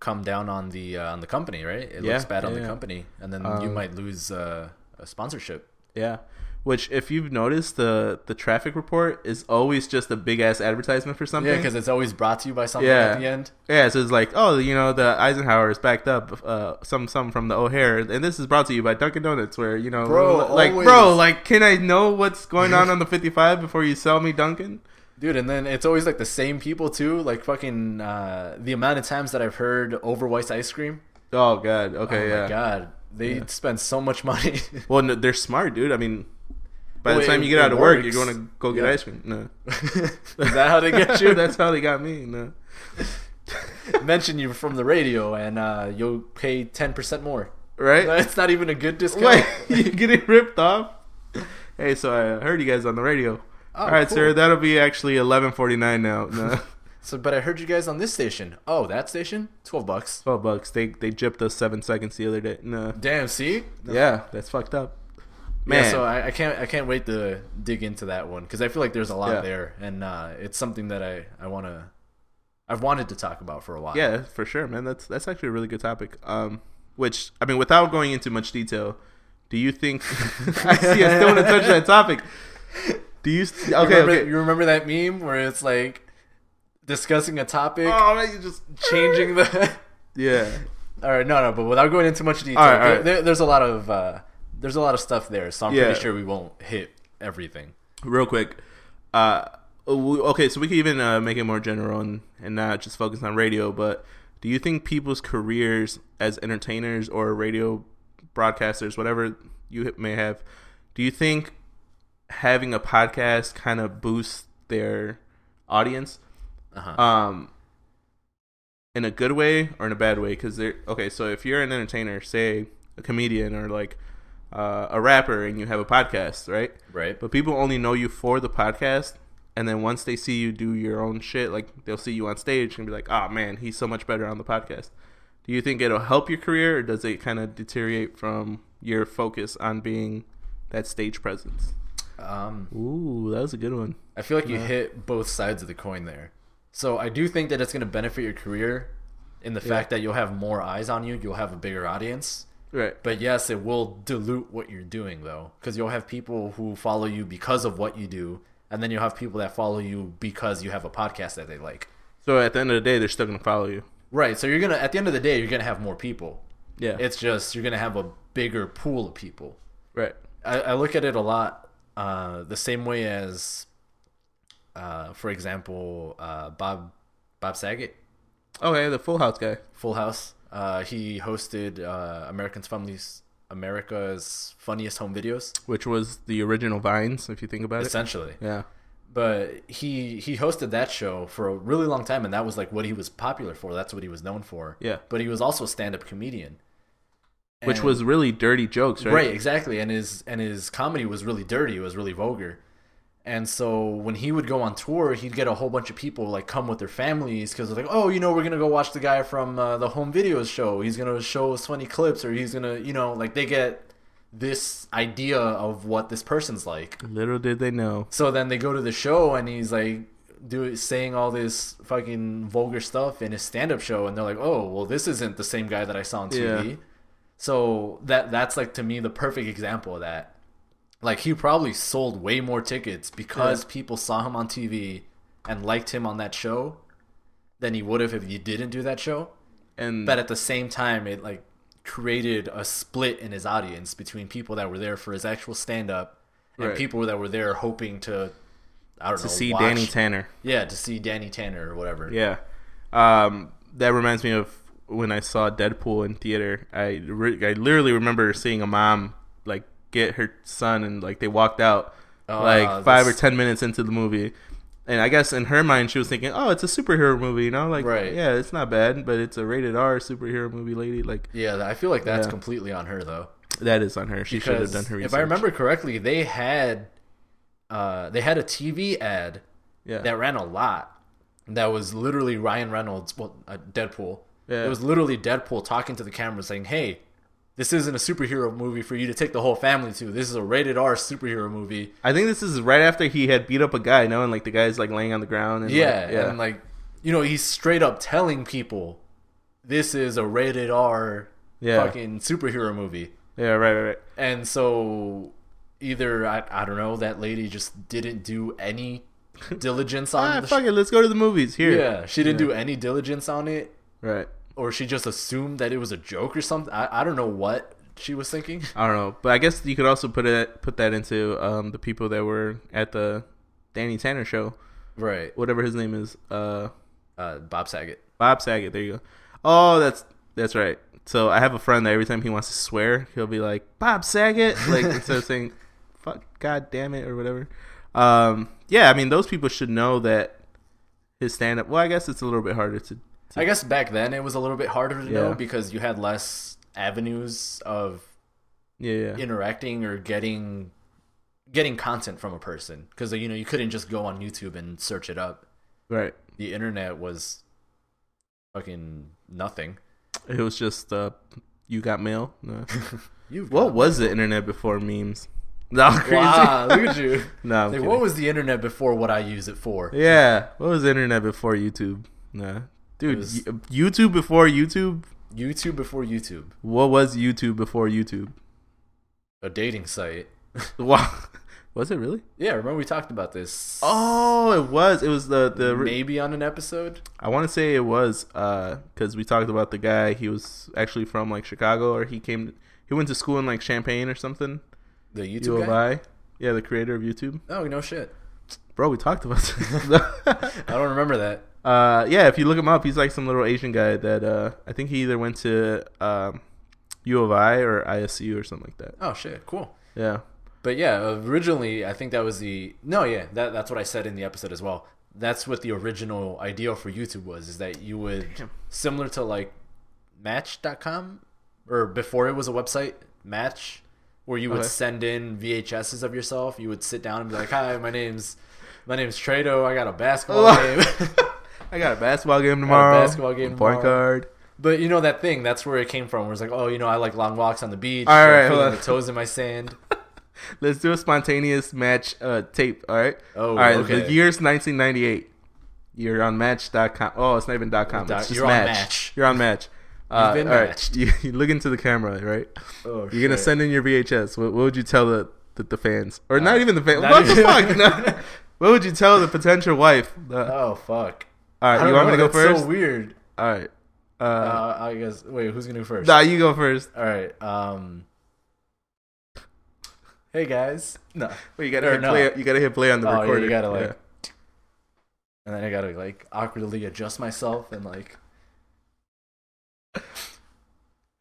S2: come down on the uh, on the company, right? It
S1: Yeah,
S2: looks bad on
S1: yeah,
S2: the
S1: yeah.
S2: company, and then you
S1: Um,
S2: might lose uh, a sponsorship.
S1: Yeah. Which, if you've noticed, the the traffic report is always just a big ass advertisement for something.
S2: Yeah, because it's always brought to you by something
S1: Yeah.
S2: at the end.
S1: Yeah, so it's like, oh, you know, the Eisenhower is backed up, uh, some some from the O'Hare, and this is brought to you by Dunkin' Donuts, where you know,
S2: Bro,
S1: like,
S2: always.
S1: bro, like, can I know what's going on on the 55 before you sell me Dunkin'?
S2: Dude, and then it's always like the same people too. Like fucking uh, the amount of times that I've heard Overweiss ice cream.
S1: Oh God, okay,
S2: oh
S1: yeah.
S2: my god, they spend so much money.
S1: Well, no, they're smart, dude. I mean, by
S2: Well,
S1: the time
S2: it-
S1: you get
S2: it
S1: out of work,
S2: works.
S1: you're going to go get
S2: Yeah.
S1: ice cream. No,
S2: Is that how they get you?
S1: That's how they got me. No,
S2: Mention you from the radio, and uh, you'll pay ten percent more.
S1: right?
S2: It's not even a good discount.
S1: Wait, you getting ripped off? Hey, so I heard you guys on the radio.
S2: Oh,
S1: All right,
S2: cool.
S1: sir, that'll be actually 11:49 now. No.
S2: So, but I heard you guys on this station. Oh, that station, twelve bucks.
S1: 12 bucks. They they gypped us seven seconds the other day. No.
S2: Damn, see, Yeah,
S1: Yeah, that's fucked up. Man.
S2: so uh, I, I can't, I can't wait to dig into that one because I feel like there's a lot
S1: Yeah.
S2: there, and uh, it's something that I, I want to, I've wanted to talk about for a while.
S1: yeah, for sure, man. That's that's actually a really good topic. Um, which I mean, without going into much detail, do you think? I see. I still want to touch that topic. Do you? St-
S2: You
S1: okay.
S2: remember,
S1: okay.
S2: You remember that meme where it's like discussing a topic,
S1: Oh, man, you just
S2: changing the.
S1: Yeah.
S2: all right, no, no, but without going into much detail,
S1: All right, all
S2: there-
S1: right.
S2: There, there's a lot of, uh, there's a lot of stuff there, so I'm
S1: Yeah.
S2: pretty sure we won't hit everything.
S1: Real quick. Uh, we- okay. So we could even uh, make it more general and and not just focus on radio. But do you think people's careers as entertainers or radio broadcasters, whatever you may have, do you think having a podcast kind of boosts their audience?
S2: Uh-huh.
S1: Um, in a good way or in a bad way? Because they're okay. So if you're an entertainer, say a comedian or like uh, a rapper, and you have a podcast, right?
S2: right.
S1: But people only know you for the podcast, and then once they see you do your own shit, like they'll see you on stage and be like, "Oh man, he's so much better on the podcast." Do you think it'll help your career, or does it kind of deteriorate from your focus on being that stage presence?
S2: Um,
S1: Ooh, that was a good one.
S2: I feel like you hit both sides of the coin there. So I do think that it's going to benefit your career in the fact that you'll have more eyes on you, you'll have a bigger audience.
S1: Right.
S2: But yes, it will dilute what you're doing though, because you'll have people who follow you because of what you do, and then you'll have people that follow you because you have a podcast that they like.
S1: So at the end of the day, they're still gonna follow you.
S2: Right. So you're gonna at the end of the day, you're gonna have more people.
S1: Yeah.
S2: It's just you're gonna have a bigger pool of people.
S1: right.
S2: I, I look at it a lot uh, the same way as, uh, for example, uh, Bob Bob Saget,
S1: Okay, Oh, the Full House guy.
S2: Full House. Uh, he hosted uh, American's Families America's Funniest Home Videos,
S1: which was the original Vines, if you think about it.
S2: essentially.
S1: Yeah,
S2: But he he hosted that show for a really long time, and that was like what he was popular for. That's what he was known for.
S1: yeah.
S2: But he was also a stand up comedian,
S1: Which
S2: And-
S1: was really dirty jokes, right?
S2: right? exactly and his and his comedy was really dirty it was really vulgar and so when he would go on tour he'd get a whole bunch of people like come with their families because like oh you know we're gonna go watch the guy from uh, the home videos show he's gonna show us funny clips or he's gonna you know like they get this idea of what this person's like
S1: Little did they know.
S2: so then they go to the show and he's like do saying all this fucking vulgar stuff in his stand-up show and they're like oh well this isn't the same guy that i saw on tv
S1: Yeah.
S2: so that that's like to me the perfect example of that like he probably sold way more tickets because people saw him on tv and liked him on that show than he would have if you didn't do that show
S1: and
S2: but at the same time it like created a split in his audience between people that were there for his actual stand-up and
S1: Right.
S2: people that were there hoping to i don't
S1: to
S2: know
S1: see
S2: watch-
S1: Danny Tanner.
S2: yeah, to see Danny Tanner or whatever.
S1: Yeah. Um, that reminds me of when I saw Deadpool in theater. I re- I literally remember seeing a mom like get her son and like they walked out
S2: Oh,
S1: like five or
S2: that's-
S1: ten minutes into the movie. And I guess in her mind she was thinking, "Oh, it's a superhero movie, you know? Like,
S2: Right.
S1: yeah, it's not bad, but it's a rated R superhero movie, lady. Like,
S2: Yeah, I feel like that's
S1: Yeah.
S2: completely on her though.
S1: that is on her. She should have
S2: Because
S1: done her research.
S2: if I remember correctly, they had uh they had a TV ad
S1: yeah,
S2: that ran a lot. That was literally Ryan Reynolds, well, uh, Deadpool.
S1: Yeah.
S2: It was literally Deadpool talking to the camera saying, "Hey, this isn't a superhero movie for you to take the whole family to. This is a rated R superhero movie."
S1: I think this is right after he had beat up a guy, you know, and like the guy's like laying on the ground. And,
S2: Yeah,
S1: like, yeah,
S2: and like you know, he's straight up telling people, "This is a rated R
S1: Yeah.
S2: fucking superhero movie."
S1: yeah, right, right, right.
S2: And so either I, I don't know, that lady just didn't do any diligence on
S1: Ah,
S2: the sh-
S1: fuck it, let's go to the movies here.
S2: Yeah, she didn't do any diligence on it
S1: Right.
S2: or she just assumed that it was a joke or something. I, I don't know what she was thinking.
S1: I don't know, but I guess you could also put it put that into um, the people that were at the Danny Tanner show,
S2: Right.
S1: whatever his name is, uh,
S2: Uh, Bob Saget.
S1: Bob Saget. There you go. Oh, that's that's right. So I have a friend that every time he wants to swear, he'll be like Bob Saget, like instead of saying "fuck," "god damn it" or whatever. Um, yeah, I mean those people should know that his stand up. Well, I guess it's a little bit harder to.
S2: I guess back then it was a little bit harder to
S1: Yeah.
S2: know because you had less avenues of
S1: Yeah, yeah,
S2: interacting or getting getting content from a person because you know you couldn't just go on YouTube and search it up.
S1: right.
S2: The internet was fucking nothing.
S1: It was just uh, you got mail. No.
S2: You
S1: What was the internet before memes? No, crazy.
S2: Wow, look at you.
S1: No, I'm
S2: Like,
S1: kidding.
S2: what was the internet before what I use it for?
S1: yeah, what was the internet before YouTube? Nah, dude,
S2: was-
S1: y- YouTube before YouTube.
S2: YouTube before YouTube,
S1: What was YouTube before YouTube?
S2: a dating site.
S1: Wow, was it really?
S2: Yeah, remember we talked about this
S1: Oh, it was. It was the the.
S2: maybe on an episode?
S1: I want to say it was because we talked about the guy. He was actually from like Chicago, or he came. He went to school in like Champaign or something.
S2: The YouTube
S1: U of
S2: guy?
S1: I. Yeah, the creator of YouTube.
S2: Oh, no shit.
S1: Bro, we talked about this.
S2: I don't remember that.
S1: Uh, yeah, if you look him up, he's like some little Asian guy that uh, I think he either went to um, U of I or ISU or something like that.
S2: Oh shit, cool.
S1: Yeah,
S2: But yeah, originally I think that was the No, yeah, that, that's what I said in the episode as well. That's what the original idea for YouTube was is that you would similar to like match.com or before it was a website, Match where you would
S1: Okay.
S2: send in VHSs of yourself. You would sit down and be like, "Hi, my name's my name's Trado. I got a basketball game."
S1: I got a basketball game tomorrow.
S2: tomorrow, basketball game
S1: Point
S2: tomorrow.
S1: guard.
S2: But you know that thing, that's where it came from. Where it's like, oh, you know, I like long walks on the beach,
S1: All
S2: or
S1: right, hold
S2: feeling
S1: on.
S2: the toes in my sand.
S1: Let's do a spontaneous match uh, tape. All right.
S2: Oh,
S1: all right.
S2: okay.
S1: The year's 1998. You're on Match.com. Oh, it's not even dot .com.
S2: Doc-
S1: It's just
S2: you're on
S1: match.
S2: Match.
S1: You're on Match. Uh,
S2: been
S1: all right.
S2: matched.
S1: You, you look into the camera, right?
S2: Oh,
S1: You're gonna
S2: shit.
S1: send in your VHS. What, what would you tell the the, the fans, or not even the fans?
S2: not
S1: What the
S2: even-
S1: fuck? No. What would you tell the potential wife? Uh,
S2: Oh fuck!
S1: all right,
S2: I
S1: you
S2: don't
S1: want me
S2: know,
S1: to go
S2: that's
S1: first?
S2: So weird.
S1: all right. Uh,
S2: Uh, I guess. Wait, who's gonna go first?
S1: nah, you go first.
S2: All right. Um. Hey guys. No.
S1: Wait, you gotta
S2: Or
S1: hit
S2: no.
S1: play. You gotta hit play on the
S2: Oh, yeah, you
S1: recorder.
S2: gotta, like- And then I gotta like awkwardly adjust myself and like.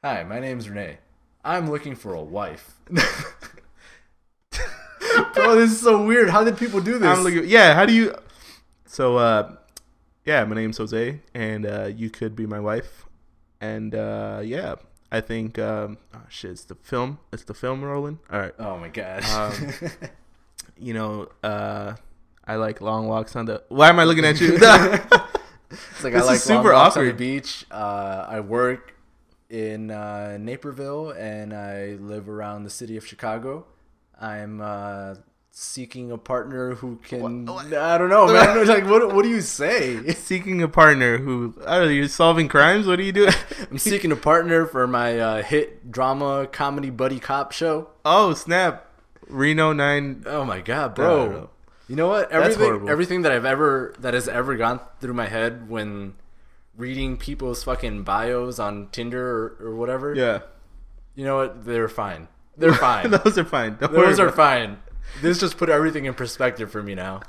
S2: Hi, my name's Renee. I'm looking for a wife. Bro, this is so weird. How did people do this?
S1: I'm looking. Yeah, how do you? So, uh, yeah, my name's Jose, and uh, you could be my wife. And uh, yeah, I think um, oh shit, it's the film. It's the film rolling. All right.
S2: Oh my god.
S1: Um, you know, uh, I like long walks on the. Why am I looking at you? Nah.
S2: it's like
S1: this
S2: I like
S1: is super
S2: super walks on the
S1: awkward.
S2: beach. Uh, I work in uh, Naperville and I live around the city of Chicago. I'm uh, seeking a partner who can.
S1: What- what-
S2: I don't know, man. like, what, what do you say?
S1: Seeking a partner who I don't know, you're solving crimes. What do you do?
S2: I'm seeking a partner for my uh, hit drama comedy buddy cop show.
S1: oh snap! Reno nine.
S2: Oh my god,
S1: I don't know.
S2: bro! You know what? Everything,
S1: horrible.
S2: everything that I've ever that has ever gone through my head when reading people's fucking bios on Tinder or, or whatever.
S1: Yeah,
S2: You know what? They're fine. They're fine.
S1: those are fine. Don't worry
S2: Those are
S1: about
S2: fine. This just put everything in perspective for me now.
S1: it.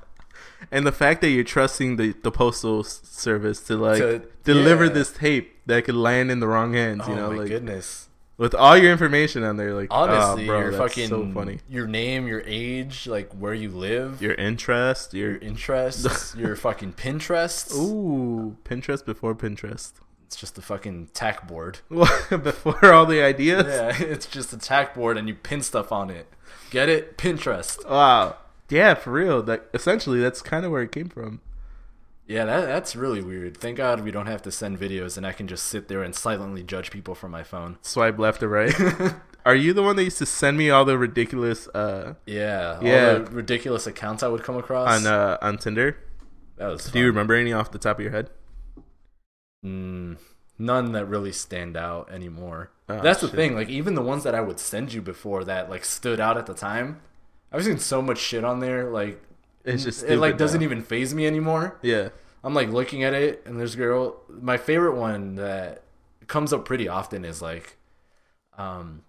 S1: And the fact that you're trusting the the postal s- service to like
S2: To-
S1: deliver
S2: yeah.
S1: this tape that could land in the wrong hands.
S2: oh
S1: you know,
S2: my
S1: like
S2: goodness.
S1: with all your information on there. Like oh,
S2: Honestly,
S1: bro,
S2: your
S1: that's
S2: fucking
S1: so funny.
S2: your name, your age, like where you live, your,
S1: Your interest. Your
S2: interests, your fucking Pinterest.
S1: ooh Pinterest before Pinterest.
S2: It's just a fucking tack board.
S1: before all the ideas.
S2: Yeah, it's just a tack board and you pin stuff on it. Get it? Pinterest.
S1: Wow. Yeah, for real. Like essentially, that's kind of where it came from.
S2: Yeah, that, that's really weird. Thank God we don't have to send videos and I can just sit there and silently judge people from my phone.
S1: Swipe left or right. Are you the one that used to send me all the ridiculous uh,
S2: Yeah,
S1: Yeah.
S2: all the ridiculous accounts I would come across.
S1: on uh, on Tinder?
S2: That was
S1: Do you remember any off the top of your head?
S2: Mm, none that really stand out anymore.
S1: Oh,
S2: That's the
S1: shit.
S2: thing. Like even the ones that I would send you before that like stood out at the time. I've seen so much shit on there. Like
S1: It's just
S2: it like
S1: stupid
S2: doesn't
S1: now.
S2: even phase me anymore.
S1: Yeah.
S2: I'm like looking at it, and there's girl. My favorite one that comes up pretty often is like, um,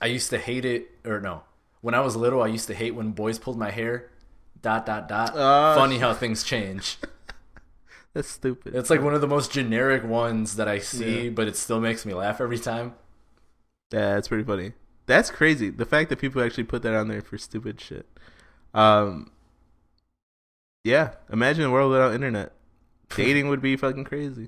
S2: I used to hate it, or no, when I was little, I used to hate when boys pulled my hair. Dot dot dot.
S1: Ah,
S2: Funny how things change.
S1: That's stupid.
S2: It's like one of the most generic ones that I see, but it still makes me laugh every time.
S1: yeah, it's pretty funny. That's crazy. The fact that people actually put that on there for stupid shit. Um. Yeah, imagine a world without internet. Dating would be fucking crazy.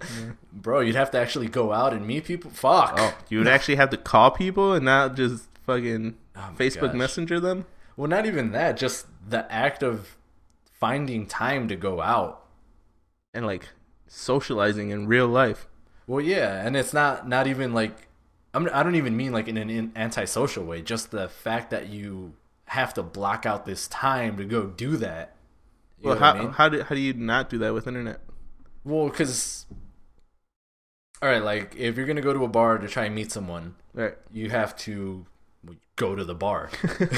S2: Bro, you'd have to actually go out and meet people. Fuck.
S1: Oh, you would actually have to call people and not just fucking
S2: Oh my
S1: Facebook
S2: gosh.
S1: Messenger them.
S2: Well, not even that. Just the act of finding time to go out.
S1: and like socializing in real life.
S2: Well, yeah, and it's not not even like I'm, I don't even mean like in an in antisocial way. Just the fact that you have to block out this time to go do that. You
S1: Well,
S2: know
S1: how
S2: what I mean?
S1: how do how do you not do that with internet?
S2: well, because all right, like if you're gonna go to a bar to try and meet someone,
S1: Right,
S2: you have to go to the bar.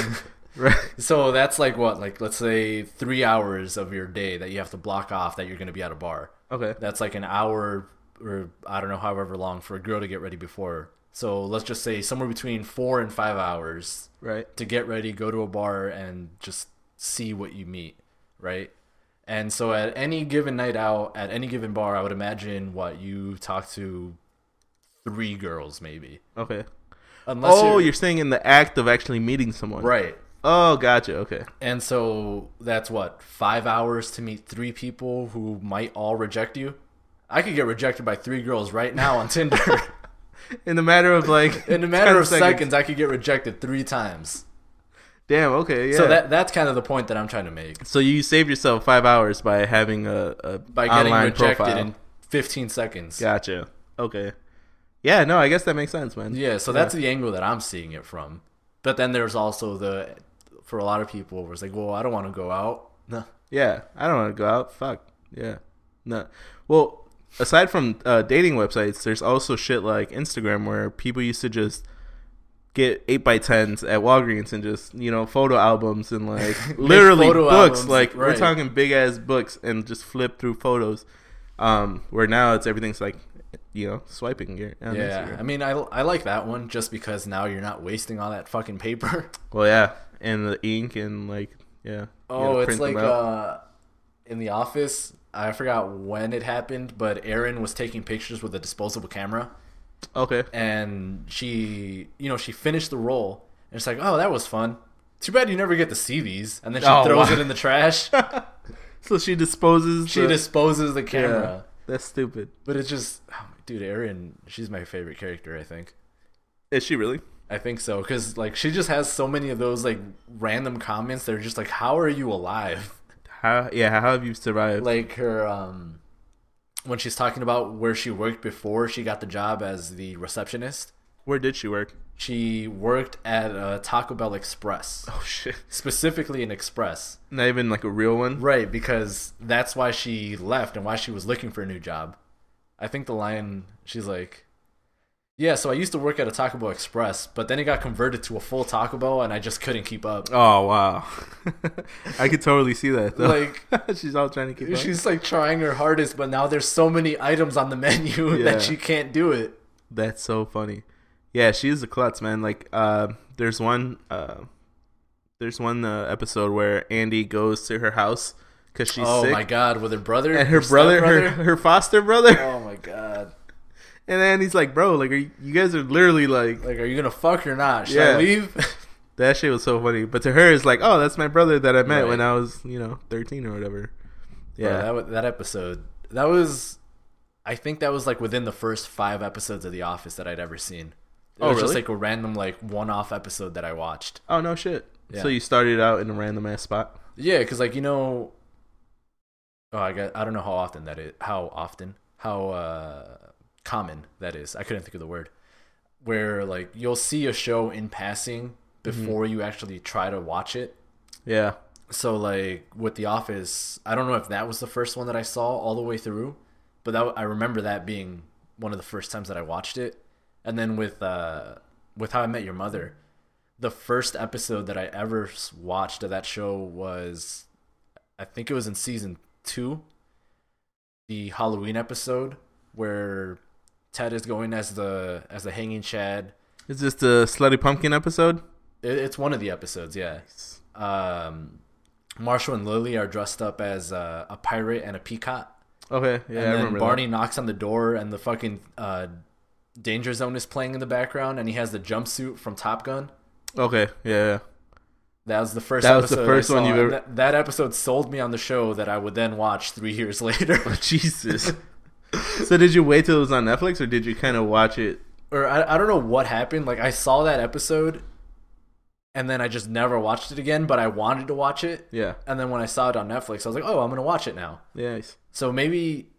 S1: right.
S2: so that's like what, like let's say three hours of your day that you have to block off that you're gonna be at a bar.
S1: Okay,
S2: that's like an hour or I don't know however long for a girl to get ready before. So let's just say somewhere between four and five hours
S1: right.
S2: to get ready, go to a bar, and just see what you meet, right? And so at any given night out, at any given bar, I would imagine what you talk to three girls maybe.
S1: Okay.
S2: Unless
S1: Oh,
S2: you're,
S1: you're saying in the act of actually meeting someone.
S2: right.
S1: Oh, gotcha. Okay.
S2: And so that's what five hours to meet three people who might all reject you. I could get rejected by three girls right now on Tinder.
S1: In the matter of like
S2: In a matter
S1: 10
S2: of seconds. I could get rejected three times.
S1: Damn. Okay. Yeah.
S2: So that that's kind of the point that I'm trying to make.
S1: So you saved yourself five hours by having a, a
S2: By getting
S1: online
S2: rejected
S1: profile.
S2: in 15 seconds.
S1: gotcha. Okay. Yeah. No, I guess that makes sense, man.
S2: Yeah, so that's the angle that I'm seeing it from. But then there's also the, for a lot of people, where it's like, well, I don't want to go out. No.
S1: Yeah, I don't want to go out. Fuck. Yeah. No. Well, aside from uh, dating websites, there's also shit like Instagram where people used to just get eight by tens at Walgreens and just you know photo albums and like literally
S2: photo
S1: books.
S2: albums,
S1: Like we're
S2: right.
S1: talking big ass books and just flip through photos. Um, where now it's everything's like you know swiping your on
S2: Yeah,
S1: Instagram.
S2: I mean, I, I like that one just because now you're not wasting all that fucking paper.
S1: Well, yeah, and the ink and like yeah. you
S2: Oh,
S1: gotta
S2: it's
S1: print them
S2: like
S1: out.
S2: uh, in the office. I forgot when it happened, but Erin was taking pictures with a disposable camera. uh,
S1: okay.
S2: and she you know she finished the roll and it's like oh that was fun too bad you never get to see these and then she
S1: Oh,
S2: throws
S1: wow.
S2: it in the trash
S1: So she disposes.
S2: she
S1: the-
S2: disposes the
S1: yeah.
S2: camera
S1: That's stupid.
S2: but it's just oh, dude erin she's my favorite character i think
S1: Is she really?
S2: i think so because like she just has so many of those like random comments that are just like how are you alive
S1: How? Yeah. How have you survived?
S2: like her um when she's talking about where she worked before she got the job as the receptionist
S1: Where did she work?
S2: she worked at a Taco Bell Express,
S1: Oh shit!
S2: specifically an Express.
S1: Not even like a real one.
S2: Right, because that's why she left and why she was looking for a new job. I think the line she's like, "Yeah, so I used to work at a Taco Bell Express, but then it got converted to a full Taco Bell, and I just couldn't keep up."
S1: Oh wow! I could totally see that though.
S2: Like
S1: she's all trying to keep up.
S2: she's like trying her hardest, but now there's so many items on the menu
S1: Yeah.
S2: that she can't do it.
S1: That's so funny. Yeah, she is a klutz, man. Like, uh, there's one, uh, there's one uh, episode where Andy goes to her house because she's
S2: oh
S1: sick,
S2: my god, with her brother
S1: and her brother, her
S2: stepbrother?
S1: her foster brother,
S2: Oh my god.
S1: and then he's like, "Bro, like, are you, you guys are literally like
S2: Like, are you gonna fuck or not? Should
S1: Yeah.
S2: I leave?
S1: that shit was so funny." But to her, it's like, "Oh, that's my brother that I met
S2: Right.
S1: when I was, you know, 13 or whatever."
S2: Yeah,
S1: Yeah,
S2: that, wa- that episode. That was, I think that was like within the first five episodes of The Office that I'd ever seen. It
S1: Oh,
S2: was just
S1: really?
S2: like a random like one-off episode that I watched.
S1: Oh no shit.
S2: Yeah.
S1: So you started out in a random ass spot.
S2: Yeah, because like you know, oh, I got I don't know how often that is, how often, how uh, common that is. I couldn't think of the word. Where like you'll see a show in passing before you actually try to watch it.
S1: Yeah.
S2: so like with the office i don't know if that was the first one that i saw all the way through but that i remember that being one of the first times that i watched it and then with uh with how i met your mother the first episode that i ever s- watched of that show was i think it was in season two the halloween episode where ted is going as the as the hanging chad
S1: Is this the slutty pumpkin episode?
S2: it, it's one of the episodes yeah um, Marshall and Lily are dressed up as uh, a pirate and a peacock.
S1: Okay. Yeah, I
S2: and then
S1: remember that.
S2: Barney knocks on the door, and the fucking uh, Danger Zone is playing in the background, and he has the jumpsuit from Top Gun.
S1: Okay. Yeah. yeah.
S2: That was the first.
S1: That was the
S2: episode
S1: first
S2: I
S1: one
S2: saw,
S1: you've
S2: and
S1: ever-
S2: That, that episode sold me on the show that I would then watch three years later,
S1: Jesus. so did you wait till it was on Netflix, or did you kind of watch it?
S2: or I, I don't know what happened. Like I saw that episode, and then I just never watched it again. But I wanted to watch it,
S1: Yeah.
S2: and then when I saw it on Netflix, I was like, "Oh, I'm gonna watch it now."
S1: Yeah. it's-
S2: So maybe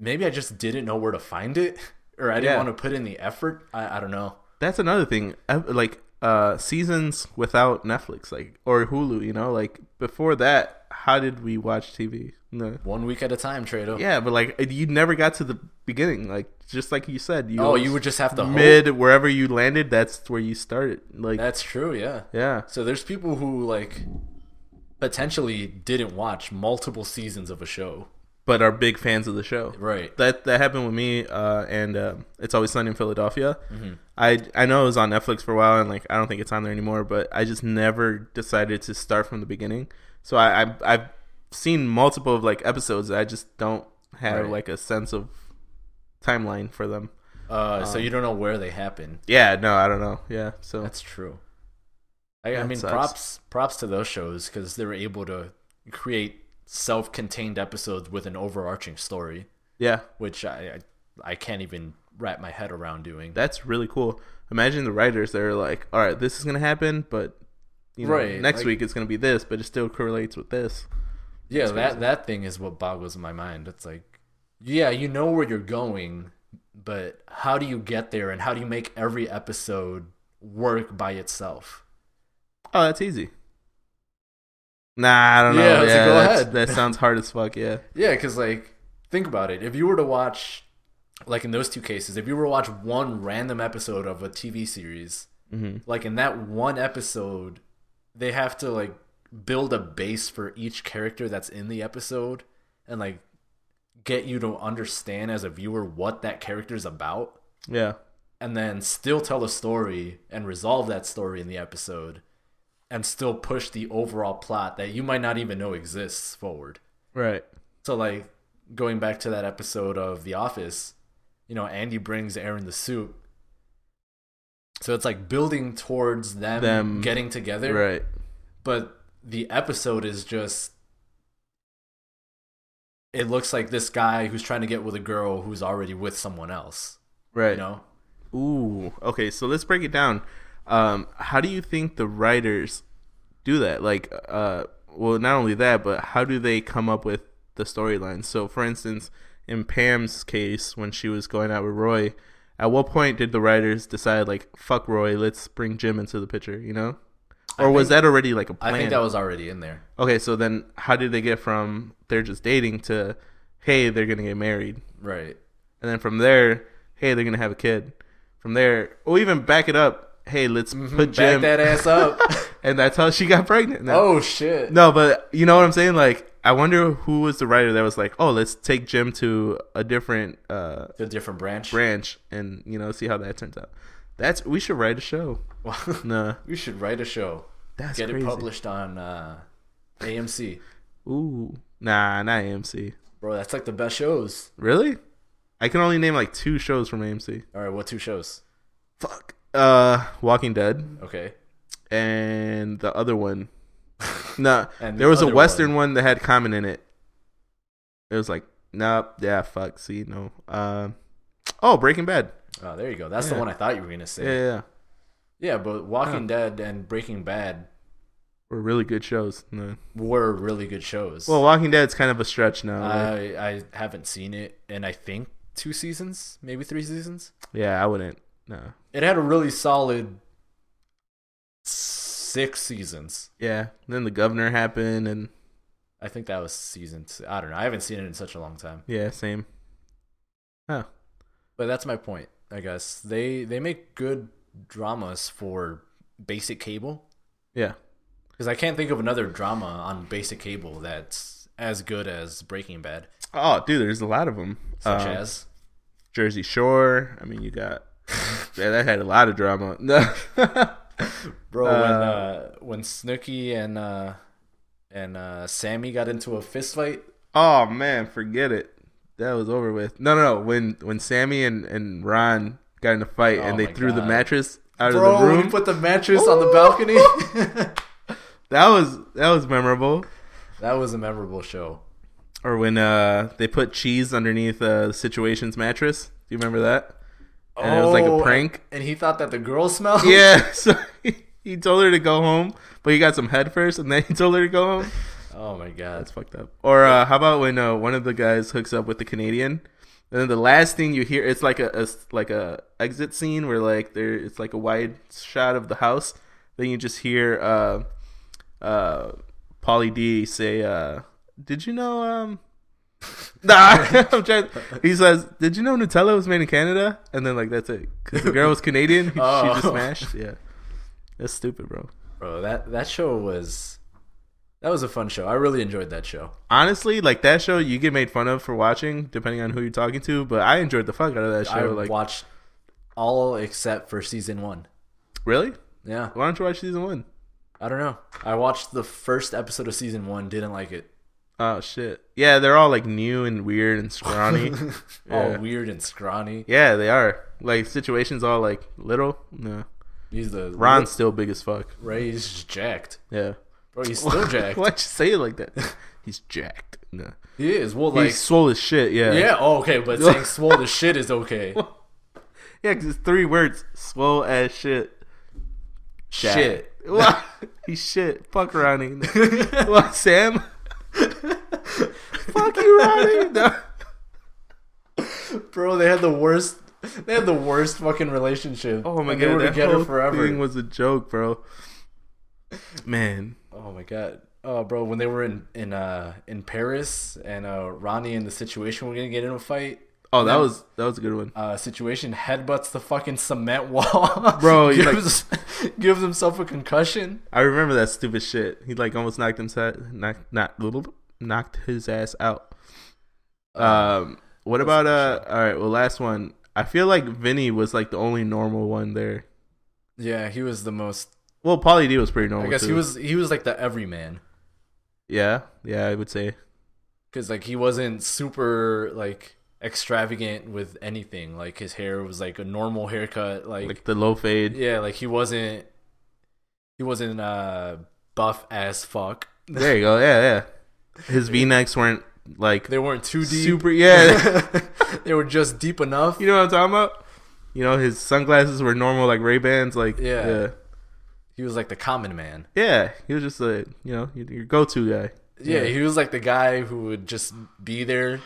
S2: maybe I just didn't know where to find it or I didn't
S1: Yeah.
S2: want to put in the effort. I, I don't know.
S1: That's another thing. I- Like uh seasons without Netflix, like or Hulu. You know, like before that, how did we watch TV? No.
S2: One week at a time, Trado.
S1: Yeah, but like uh, you never got to the beginning. Like just like you said, you
S2: Oh,
S1: always-
S2: you would just have to hope.
S1: mid wherever you landed. That's where you started. Like
S2: That's true, yeah.
S1: yeah.
S2: So there's people who like potentially didn't watch multiple seasons of a show.
S1: but are big fans of the show.
S2: Right.
S1: That that happened with me, uh, and um it's always sunny in Philadelphia.
S2: Mm-hmm.
S1: I I know it was on Netflix for a while, and like I don't think it's on there anymore. But I just never decided to start from the beginning. So I, I I've seen multiple of like episodes. I just don't have
S2: Right.
S1: like a sense of timeline for them.
S2: Uh,
S1: Um,
S2: so you don't know where they happen.
S1: Yeah, no, I don't know. Yeah, so
S2: That's true. I, I
S1: That
S2: mean
S1: sucks.
S2: props props to those shows cuz they were able to create self-contained episodes with an overarching story.
S1: yeah,
S2: which I, I I can't even wrap my head around doing.
S1: that's really cool. Imagine the writers that are like, all right, this is gonna happen, but you know,
S2: Right,
S1: next
S2: like-
S1: week it's gonna be this, but it still correlates with this.
S2: yeah, that that thing is what boggles my mind. It's like, yeah, you know where you're going, but how do you get there, and how do you make every episode work by itself?
S1: Oh, that's easy. Nah, I don't know. Yeah,
S2: Yeah, it's a go
S1: that's-
S2: ahead.
S1: that sounds hard as fuck. Yeah,
S2: Yeah, because like think about it. If you were to watch, like in those two cases, if you were to watch one random episode of a TV series, like in that one episode, they have to like build a base for each character that's in the episode and like get you to understand as a viewer what that character's about
S1: yeah,
S2: and then still tell a story and resolve that story in the episode and still push the overall plot that you might not even know exists forward.
S1: right.
S2: So like going back to that episode of The Office, you know, Andy brings Aaron the soup. So it's like building towards them,
S1: Them.
S2: getting together,
S1: Right.
S2: but the episode is just it looks like this guy who's trying to get with a girl who's already with someone else,
S1: Right.
S2: you know?
S1: Ooh. Okay, so let's break it down. Um, how do you think the writers do that? Like, uh, well, not only that, but how do they come up with the storyline? So, for instance, in Pam's case, when she was going out with Roy, At what point did the writers decide like fuck Roy, let's bring Jim into the picture? You know,
S2: I
S1: or was
S2: think-
S1: that already like a
S2: I
S1: plan?
S2: think that was already in there.
S1: okay. So then, how did they get from they're just dating to hey they're gonna get married?
S2: Right.
S1: And then from there, hey, they're gonna have a kid. From there, or even back it up, hey, let's put Jim,
S2: Mm-hmm. Back that ass up.
S1: and that's how she got pregnant. No.
S2: oh shit.
S1: no, but you know what I'm saying? Like, I wonder who was the writer that was like, oh, let's take Jim to a different uh,
S2: The different branch.
S1: branch, and you know, see how that turns out. That's we should write a show. Nah,
S2: we should write a show.
S1: that's
S2: Get
S1: crazy.
S2: it published on uh, AMC.
S1: Ooh, nah, not AMC.
S2: Bro, that's like the best shows.
S1: Really? I can only name like two shows from AMC.
S2: All right, what two shows?
S1: Fuck. Uh, Walking Dead.
S2: Okay.
S1: and the other one. No,
S2: And
S1: there
S2: the
S1: was a
S2: other
S1: Western one. that had common in it. It was like, nope, yeah, fuck, see, no. Um, oh, Breaking Bad.
S2: Oh, there you go. That's the
S1: Yeah.
S2: one I thought you were gonna
S1: Yeah,
S2: say.
S1: yeah,
S2: Yeah,
S1: yeah.
S2: but Walking Dead and Breaking Bad
S1: were really good shows. No.
S2: were really good shows.
S1: Well, uh, Walking Dead's kind of a stretch now.
S2: Uh,
S1: right?
S2: I I haven't seen it, and I think two seasons, maybe three seasons.
S1: yeah, I wouldn't. No.
S2: It had a really solid six seasons.
S1: Yeah. Then the governor happened, and
S2: I think that was season. Two. I don't know. I haven't seen it in such a long time.
S1: yeah, same. Huh.
S2: But that's my point. I guess they they make good dramas for basic cable
S1: Yeah.
S2: because I can't think of another drama on basic cable that's as good as Breaking Bad,
S1: Oh, dude, there's a lot of them.
S2: such as
S1: Jersey Shore. I mean, you got. yeah, that had a lot of drama. No.
S2: Bro, when uh, when Snooky and uh, and uh, Sammy got into a fist fight,
S1: Oh man, forget it. That was over with. No, no, no. When when Sammy and and Ron got in a fight
S2: Oh
S1: and they
S2: my
S1: threw the
S2: God.
S1: mattress out
S2: bro,
S1: of the
S2: when
S1: room,
S2: he put the mattress on the balcony.
S1: that was that was memorable.
S2: that was a memorable show.
S1: Or when uh they put cheese underneath uh, the Situation's mattress. Do you remember that? And it was like
S2: Oh,
S1: a prank.
S2: and he thought that the girl smelled.
S1: Yeah. So he- he told her to go home, but he got some head first, and then he told her to go home.
S2: Oh my god.
S1: That's fucked up. Or uh, how about when uh, one of the guys hooks up with the Canadian, and then the last thing you hear it's like a, a like a exit scene where like there it's like a wide shot of the house. Then you just hear uh, uh, Pauly D say, uh, "Did you know?" Um, nah, I'm trying. He says, "Did you know Nutella was made in Canada?" And then like that's it. 'Cause the girl was Canadian. She
S2: Oh.
S1: just smashed. Yeah, that's stupid, bro.
S2: Bro, that that show was that was a fun show. I really enjoyed that show.
S1: honestly, like that show, you get made fun of for watching, depending on who you're talking to. But I enjoyed the fuck out of that show.
S2: I
S1: like,
S2: watched all except for season one.
S1: really?
S2: Yeah,
S1: Why don't you watch season one?
S2: I don't know. I watched the first episode of season one. Didn't like it.
S1: Oh shit! Yeah, they're all like new and weird and scrawny.
S2: All
S1: Yeah.
S2: weird and scrawny.
S1: yeah, they are. Like situations all like little. No,
S2: He's the
S1: Ron's still big as fuck.
S2: Ray's just jacked.
S1: Yeah.
S2: Bro, he's still jacked.
S1: Why'd you say it like that? He's jacked. No.
S2: He is. Well,
S1: He's
S2: like,
S1: swole as shit. Yeah.
S2: yeah. Oh, okay, but saying swole to shit is okay.
S1: Yeah, because it's three words: swole as shit.
S2: Shit.
S1: What? He's shit. Fuck Ronnie. what, Sam? Fuck you, Ronnie. No.
S2: Bro, they had the worst. They had the worst fucking relationship.
S1: Oh my
S2: And
S1: god,
S2: they were
S1: that
S2: together
S1: whole
S2: forever.
S1: thing was a joke, bro. Man,
S2: oh my god. Oh, bro, when they were in in uh in Paris and uh Ronnie and the situation were gonna get in a fight.
S1: oh, that was that was a good one.
S2: Uh, situation headbutts the fucking cement wall.
S1: Bro, he's like-
S2: gives gives himself a concussion.
S1: I remember that stupid shit. He like almost knocked himself, knocked, knocked, knocked his ass out.
S2: Uh,
S1: Um, what about uh? All right, well, last one. I feel like Vinny was like the only normal one there.
S2: Yeah, he was the most.
S1: Well, Pauly D was pretty normal.
S2: I guess he
S1: too.
S2: was he was like the everyman.
S1: Yeah, yeah, I would say.
S2: because like he wasn't super like extravagant with anything like his hair was like a normal haircut like,
S1: like the low fade.
S2: yeah like he wasn't he wasn't uh buff as fuck
S1: There you go. Yeah, yeah. His V necks weren't like
S2: they weren't too deep
S1: super. Yeah,
S2: they were just deep enough
S1: you know what I'm talking about. You know his sunglasses were normal, like Ray Bans. Like
S2: Yeah.
S1: yeah,
S2: he was like the common man
S1: yeah. He was just a you know your, your go-to guy.
S2: yeah, he was like the guy who would just be there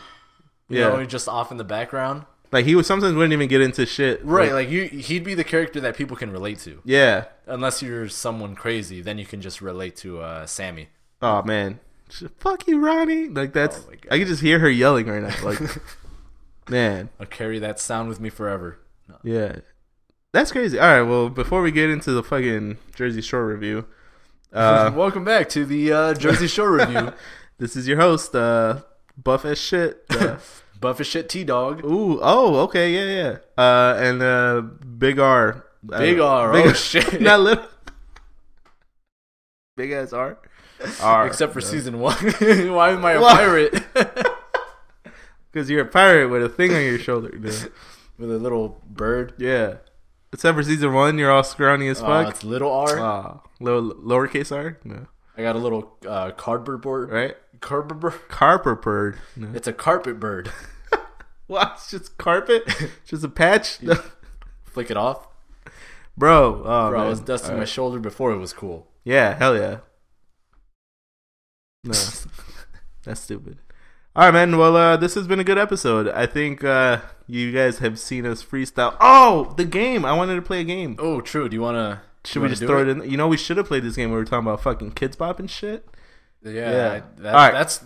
S2: you
S1: Yeah.
S2: know just off in the background
S1: Like he would sometimes wouldn't even get into shit.
S2: Right, like you, he'd be the character that people can relate to.
S1: yeah.
S2: Unless you're someone crazy, then you can just relate to uh, Sammy.
S1: Oh man. Sh- Fuck you, Ronnie. Like that's
S2: Oh, my God.
S1: I can just hear her yelling right now. Like man.
S2: I'll carry that sound with me forever. No.
S1: Yeah. That's crazy. All right, well, before we get into the fucking Jersey Shore review, uh,
S2: Welcome back to the uh, Jersey Shore review.
S1: this is your host, uh, Buff as shit. Uh,
S2: Buff as shit, T Dog.
S1: ooh, oh, okay, yeah, yeah. Uh, and uh, Big R. I
S2: Big
S1: don't-
S2: R.
S1: Big
S2: oh shit.
S1: Uh, Not little. Big ass R. R.
S2: Except for season one. Why am I a
S1: Well-
S2: pirate?
S1: because you're a pirate with a thing on your shoulder. dude.
S2: with a little bird.
S1: Yeah. Except for season one, you're all scrawny as
S2: Uh,
S1: fuck.
S2: it's little R. I
S1: Ah, low, lowercase R. No.
S2: got a little uh, cardboard board.
S1: Right.
S2: Cardboard. bird?
S1: Carper bird. No.
S2: It's a carpet bird.
S1: What? It's just carpet? just a patch? No.
S2: Flick it off.
S1: Bro. Oh,
S2: Bro, I
S1: man.
S2: was dusting
S1: All
S2: my
S1: right.
S2: shoulder before it was cool.
S1: Yeah, hell yeah. No. That's stupid. All right, man. Well, uh, this has been a good episode. I think uh, you guys have seen us freestyle. Oh, the game! I wanted to play a game.
S2: Oh, true. Do you want to?
S1: Should we just throw it? in? You know, we should have played this game. when We were talking about fucking kids bop and shit.
S2: in? Yeah.
S1: Yeah.
S2: I- that-
S1: All right.
S2: That's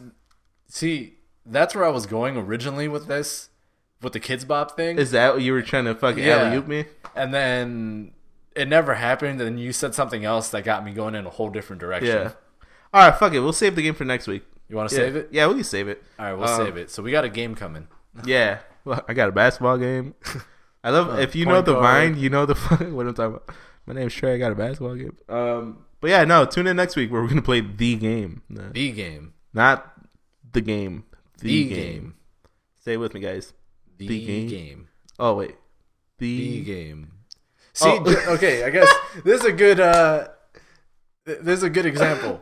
S2: see. That's where I was going originally with this, with the kids bop thing,
S1: Is that what you were trying to fucking
S2: Yeah.
S1: alley oop me?
S2: and then it never happened, and you said something else that got me going in a whole different direction.
S1: Yeah. All right, fuck it. We'll save the game for next week.
S2: You want to
S1: Yeah.
S2: save it?
S1: Yeah, we can save it.
S2: All right, we'll
S1: Um,
S2: save it. So we got a game coming.
S1: Yeah. Well, I got a basketball game. I love if you
S2: Uh, point
S1: know the
S2: guard.
S1: vine, you know the fuck what I'm talking about. My name's Trey. I got a basketball game. Um, but yeah, no. Tune in next week where we're gonna play the game, No,
S2: The game.
S1: not the game.
S2: The game.
S1: Stay with me, guys.
S2: The,
S1: The game.
S2: game.
S1: Oh wait, the,
S2: The game. See,
S1: Oh.
S2: j- Mm. okay, I guess this is a good uh th- this is a good example.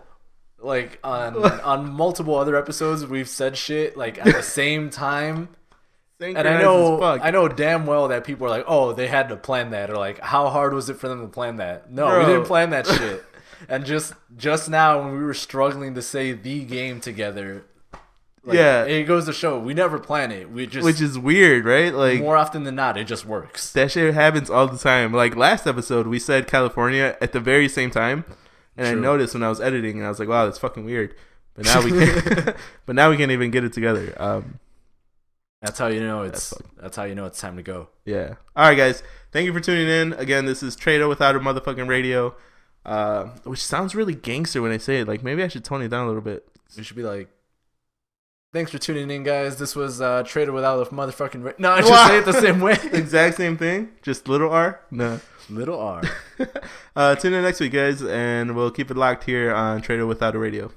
S2: Like on on multiple other episodes we've said shit like at the same time. And I know I know damn well that people are like, "Oh, they had to plan that." Or like, "How hard was it for them to plan that?" No, we
S1: Bro.
S2: didn't plan that shit. and just just now when we were struggling to say the game together, like,
S1: Yeah.
S2: it goes to show we never plan it. We just
S1: which is weird, right? Like
S2: more often than not, it just works.
S1: that shit happens all the time. Like last episode, we said California at the very same time, and I
S2: True.
S1: noticed when I was editing, and I was like, "Wow, that's fucking weird." But now we, can, but now we can't even get it together. Um,
S2: That's how you know it's.
S1: That's
S2: That's, how you know it's time to go.
S1: yeah. All right, guys. Thank you for tuning in. Again, this is Trado without a motherfucking radio, uh, which sounds really gangster when I say it. Like maybe I should tone it down a little bit.
S2: We should be like, thanks for tuning in, guys. This was uh, Trader without a motherfucking. Ra-. No, I just say it the same way.
S1: Exact same thing, just little r. No.
S2: Little R.
S1: uh, tune in next week, guys, and we'll keep it locked here on Trader without a radio.